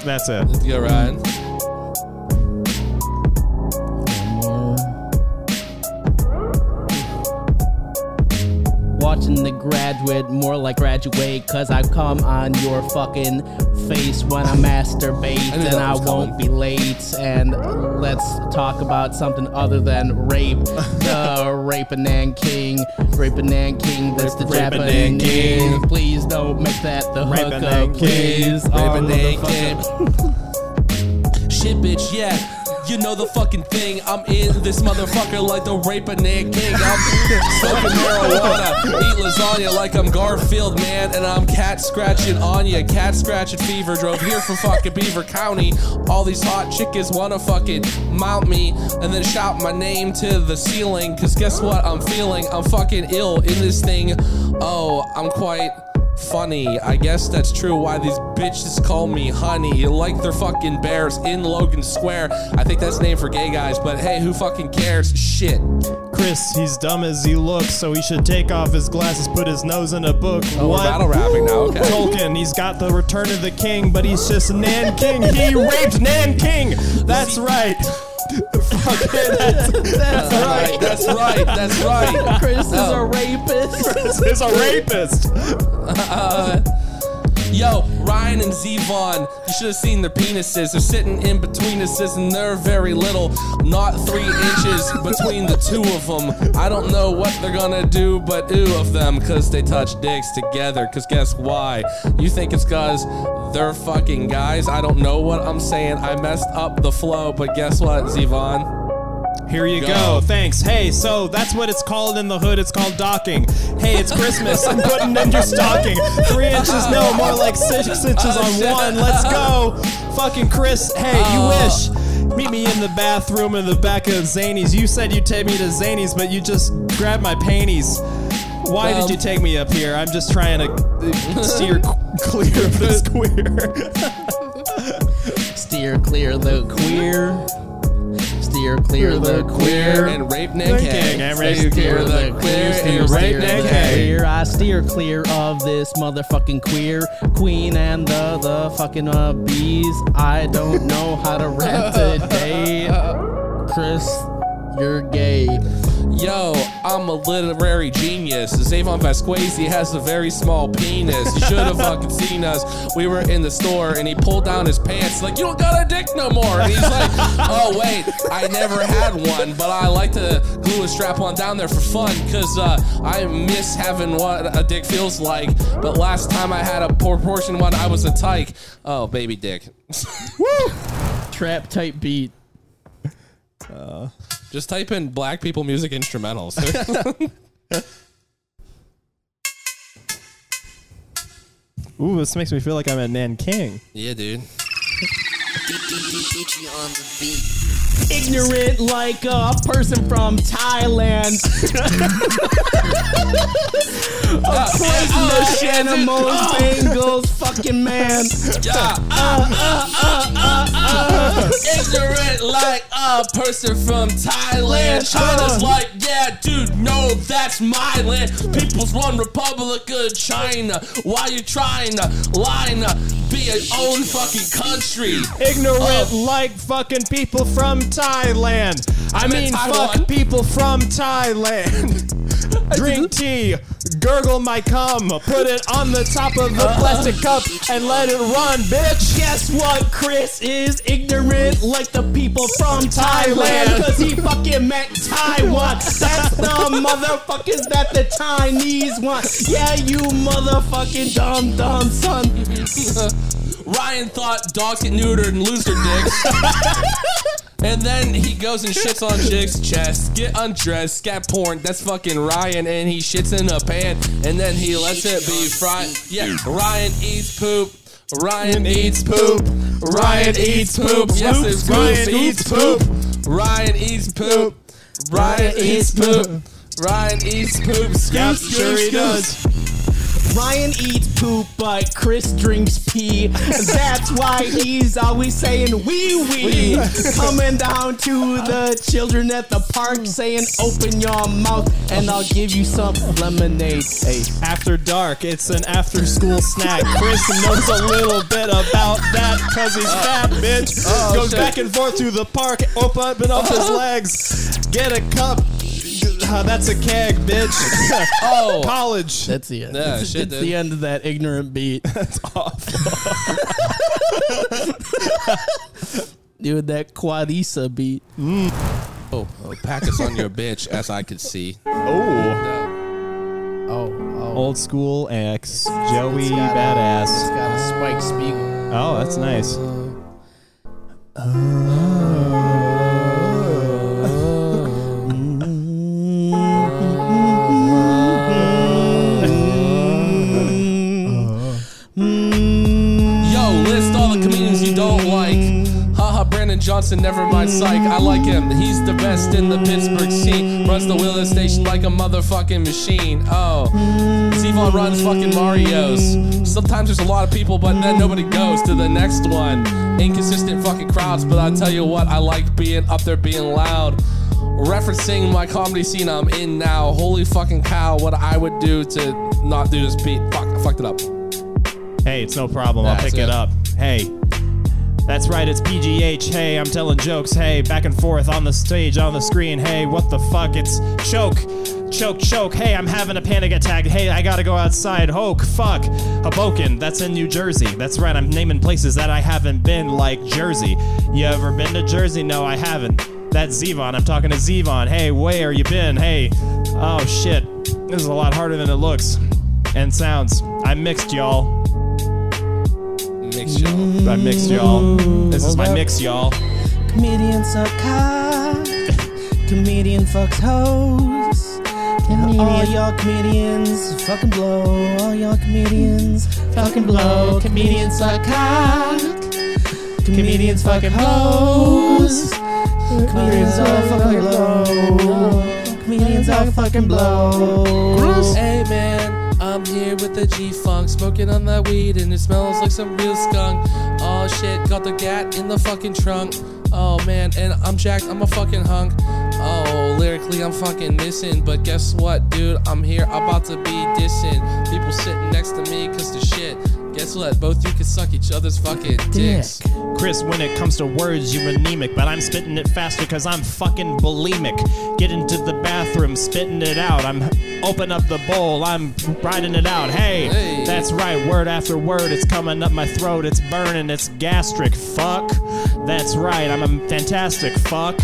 Speaker 2: That's it.
Speaker 3: Let's go, Ryan.
Speaker 1: Watching the graduate more like graduate, cause I come on your fucking face when I masturbate,
Speaker 3: I
Speaker 1: and
Speaker 3: knew that
Speaker 1: I
Speaker 3: was
Speaker 1: won't be late. And let's talk about something other than rape. The rape and Nanking, rape and Nanking, that's the
Speaker 2: Rape- rape and
Speaker 1: Japanese.
Speaker 2: Nanking.
Speaker 1: Please don't make that the
Speaker 2: Rape and
Speaker 1: hookup,
Speaker 2: Nanking.
Speaker 1: please.
Speaker 3: Rape
Speaker 1: Oh,
Speaker 3: and
Speaker 1: motherfucker.
Speaker 3: Shit, bitch, yeah. You know the fucking thing. I'm in this motherfucker like the rape of Nick King. I'm smoking marijuana, eat lasagna like I'm Garfield, man. And I'm cat scratching on ya. Cat scratching fever. Drove here from fucking Beaver County. All these hot chickens wanna fucking mount me and then shout my name to the ceiling. Cause guess what? I'm feeling. I'm fucking ill in this thing. Oh, I'm quite funny. I guess that's true why these bitches call me honey. Like they're fucking bears in Logan Square. I think that's named for gay guys, but hey, who fucking cares? Shit.
Speaker 2: Chris, he's dumb as he looks, so he should take off his glasses, put his nose in a book.
Speaker 3: Oh, we're
Speaker 2: what?
Speaker 3: battle rapping now. Okay.
Speaker 2: Tolkien, he's got the Return of the King, but he's just a Nan King. He raped Nan King. That's right. Fuck it,
Speaker 3: That's right. That's right. That's right.
Speaker 1: Chris is
Speaker 3: Oh.
Speaker 1: a rapist.
Speaker 2: That's he's a rapist.
Speaker 3: Yo, Ryan and Zevon, you should have seen their penises. They're sitting in between us, and they're very little, not three inches between the two of them. I don't know what they're gonna do, but ooh of them, cause they touch dicks together. Cause guess why? You think it's cause they're fucking guys? I don't know what I'm saying. I messed up the flow, but guess what, Zevon?
Speaker 2: Here you
Speaker 3: Go.
Speaker 2: go. Thanks. Hey, so that's what it's called in the hood. It's called docking. Hey, it's Christmas. I'm putting in your stocking. Three inches, no, more like six inches
Speaker 3: Oh, shit.
Speaker 2: on one. Let's go. Fucking Chris. Hey, you wish. Meet me in the bathroom in the back of Zany's. You said you'd take me to Zany's, but you just grabbed my panties. Why
Speaker 3: Well-
Speaker 2: did you take me up here? I'm just trying to uh, steer c- clear of this queer.
Speaker 1: Steer Steer clear the queer. Steer clear the queer.
Speaker 3: and rape Nick Hague.
Speaker 2: And
Speaker 3: Steer
Speaker 2: rape
Speaker 3: clear the queer
Speaker 1: steer,
Speaker 3: and rape Nick
Speaker 1: the
Speaker 3: Hague.
Speaker 1: queer. I steer clear of this motherfucking queer queen and the the fucking uh, bees. I don't know how to rap today. Chris, you're gay.
Speaker 3: Yo, I'm a literary genius. Zavon Vasquez has a very small penis. You should have fucking seen us. We were in the store and he pulled down his pants like, you don't got a dick no more. And he's like, oh wait, I never had one, but I like to glue a strap on down there for fun because uh, I miss having what a dick feels like. But last time I had a proportion one, I was a tyke. Oh, baby dick.
Speaker 1: Trap type beat.
Speaker 3: Just type in black people music instrumentals.
Speaker 2: Ooh, this makes me feel like I'm at Nanking.
Speaker 3: yeah, dude.
Speaker 6: DJ on the beat.
Speaker 1: Ignorant like a person from Thailand. a poisonous animal Bengals fucking man.
Speaker 3: uh, ignorant like a person from Thailand. China's like, yeah, dude, no, that's my land. People's One Republic of China. Why you trying to line up? Be an own fucking country.
Speaker 2: Ignorant
Speaker 3: Oh.
Speaker 2: like fucking people from Thailand. I
Speaker 3: I'm in
Speaker 2: mean,
Speaker 3: Taiwan.
Speaker 2: fuck people from Thailand. Drink tea, gurgle my cum, put it on the top of
Speaker 3: Uh-huh.
Speaker 2: the plastic cup, and let it run, bitch.
Speaker 1: Guess what? Chris is ignorant like the people from Thailand. Cause he fucking meant Taiwan. That's the motherfuckers that the Chinese want. Yeah, you motherfucking dumb, dumb son.
Speaker 3: Ryan thought dogs get neutered and lose their dicks. and then he goes and shits on chicks' chest. Get undressed, scat porn. That's fucking Ryan, and he shits in a pan. And then he lets it be fried. Yeah, Ryan eats poop. Ryan eats poop. Ryan eats poop. Yes, it's Ryan eats poop. Ryan eats poop. Ryan eats poop. Ryan eats poop. Scoop, sure he does.
Speaker 1: Ryan eats poop, but Chris drinks pee. That's why he's always saying wee wee. Coming down to the children at the park saying, Open your mouth and I'll give you some lemonade. Hey.
Speaker 2: After dark, it's an after school snack. Chris knows a little bit about that because he's fat, bitch. Goes
Speaker 3: shit.
Speaker 2: back and forth through the park, open up his legs, get a cup. Uh, that's a keg, bitch.
Speaker 3: Oh.
Speaker 2: College.
Speaker 1: That's the end.
Speaker 3: Yeah,
Speaker 1: That's-
Speaker 3: shit,
Speaker 1: that's
Speaker 3: dude.
Speaker 1: the end of that ignorant beat.
Speaker 2: That's awful.
Speaker 1: Dude, that quadisa beat.
Speaker 3: Oh, pack us on your bitch, as I could see.
Speaker 2: Oh.
Speaker 1: Oh, oh.
Speaker 2: Old school X, Joey
Speaker 1: it's got a- It's
Speaker 2: Badass.
Speaker 1: got a Spike Spiegel.
Speaker 2: Oh, that's nice.
Speaker 3: Yo, list all the comedians you don't like. Haha, Brandon Johnson, never mind psych. I like him. He's the best in the Pittsburgh scene. Runs the Willis station like a motherfucking machine. Oh. Zevon runs fucking Mario's. Sometimes there's a lot of people, but then nobody goes to the next one. Inconsistent fucking crowds, but I'll tell you what, I like being up there being loud. Referencing my comedy scene I'm in now. Holy fucking cow, what I would do to not do this beat. Fuck, I fucked it up.
Speaker 2: Hey, it's no problem. I'll
Speaker 3: That's
Speaker 2: pick it.
Speaker 3: it.
Speaker 2: up. Hey. That's right, it's PGH. Hey, I'm telling jokes. Hey, back and forth on the stage, on the screen. Hey, what the fuck? It's choke, choke, choke. Hey, I'm having a panic attack. Hey, I gotta go outside. Hoke, fuck. Hoboken, that's in New Jersey. That's right, I'm naming places that I haven't been, like Jersey. You ever been to Jersey? No, I haven't. That's Zevon. I'm talking to Zevon. Hey, where you been? Hey, oh shit. This is a lot harder than it looks and sounds. I mixed, y'all.
Speaker 3: Mix show.
Speaker 2: I mixed y'all. This is my mix, y'all.
Speaker 1: Comedian suck cock. Comedian fucks hoes. All y'all comedians fucking blow. All y'all comedians fucking blow. Comedians suck cock. Comedians fucking hoes. Comedians all fucking blow. Comedians all fucking blow.
Speaker 3: Hey man, I'm here with with the G funk, smoking on that weed, and it smells like some real skunk. Oh shit, got the gat in the fucking trunk. Oh man, and I'm jacked, I'm a fucking hunk. Oh, lyrically I'm fucking missing, but guess what, dude? I'm here about to be dissing. People sitting next to me cause the shit. Guess what? Both you can suck each other's fucking dicks.
Speaker 2: Chris, when it comes to words, you're anemic, but I'm spitting it faster because I'm fucking bulimic. Get into the bathroom, spitting it out. I'm open up the bowl, I'm riding it out. Hey,
Speaker 3: Hey.
Speaker 2: that's right, word after word, it's coming up my throat, it's burning, it's gastric. Fuck, that's right, I'm a fantastic. Fuck,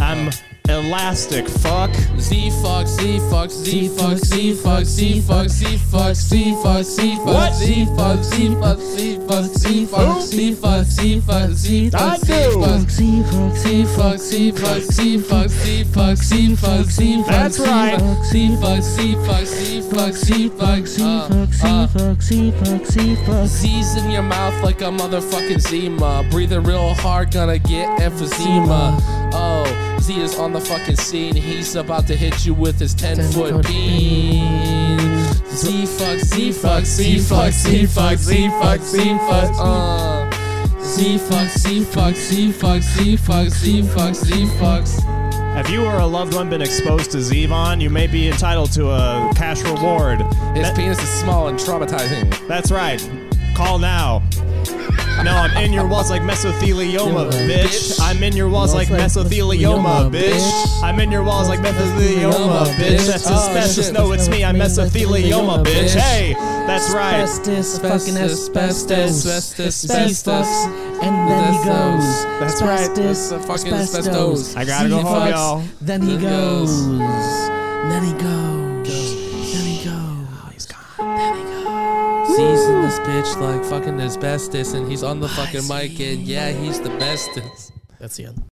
Speaker 2: I'm elastic. Fuck,
Speaker 3: Z fuck, Z fuck, Z fuck, Z fuck, Z fuck, Z fuck, Z fuck, Z fuck, Z fuck, Z fuck, Z fuck, Z fuck, Z fuck, Z fuck, Z fuck, Z fuck, Z fuck, Z fuck, Z fuck, Z fuck, Z fuck, Z fuck,
Speaker 2: That's right.
Speaker 3: Z fuck, Z fuck, Z fuck, Z fuck, Z fuck, uh, Z's in your mouth like a motherfucking Zima. Breathing real hard, gonna get emphysema. Oh, Z is on the fucking scene. He's about to hit you with his 10 foot beam. Z fuck, Z fuck, Z fuck, Z fuck, Z fuck, Z fuck, uh. Z fuck, Z fuck, Z fuck, Z fuck, Z fuck, Z fuck.
Speaker 2: have you or a loved one been exposed to Zevon? You may be entitled to a cash reward.
Speaker 3: His
Speaker 2: That-
Speaker 3: penis is small and traumatizing.
Speaker 2: That's right. Call now. No, I'm in your walls like mesothelioma, bitch. I'm in your walls like
Speaker 1: Walls like mesothelioma,
Speaker 2: mesothelioma, bitch.
Speaker 1: bitch.
Speaker 2: I'm in your walls like mesothelioma, bitch.
Speaker 3: bitch.
Speaker 2: That's
Speaker 3: Oh,
Speaker 2: asbestos.
Speaker 3: shit.
Speaker 2: No, it's me. I'm mesothelioma,
Speaker 1: Mesothelioma,
Speaker 2: bitch.
Speaker 3: bitch.
Speaker 2: Hey, that's right.
Speaker 1: Asbestos, fucking asbestos,
Speaker 3: Asbestos, asbestos.
Speaker 1: and then he
Speaker 3: Asbestos.
Speaker 1: goes.
Speaker 2: That's right.
Speaker 3: It's a fucking asbestos.
Speaker 2: I gotta go
Speaker 3: Z
Speaker 2: home,
Speaker 3: fucks.
Speaker 2: y'all.
Speaker 1: Then he
Speaker 3: Then he goes.
Speaker 1: goes. Then he goes. Then he goes.
Speaker 3: Z's in this bitch like fucking asbestos, and he's on the fucking mic, and yeah, he's the bestest.
Speaker 1: That's the end.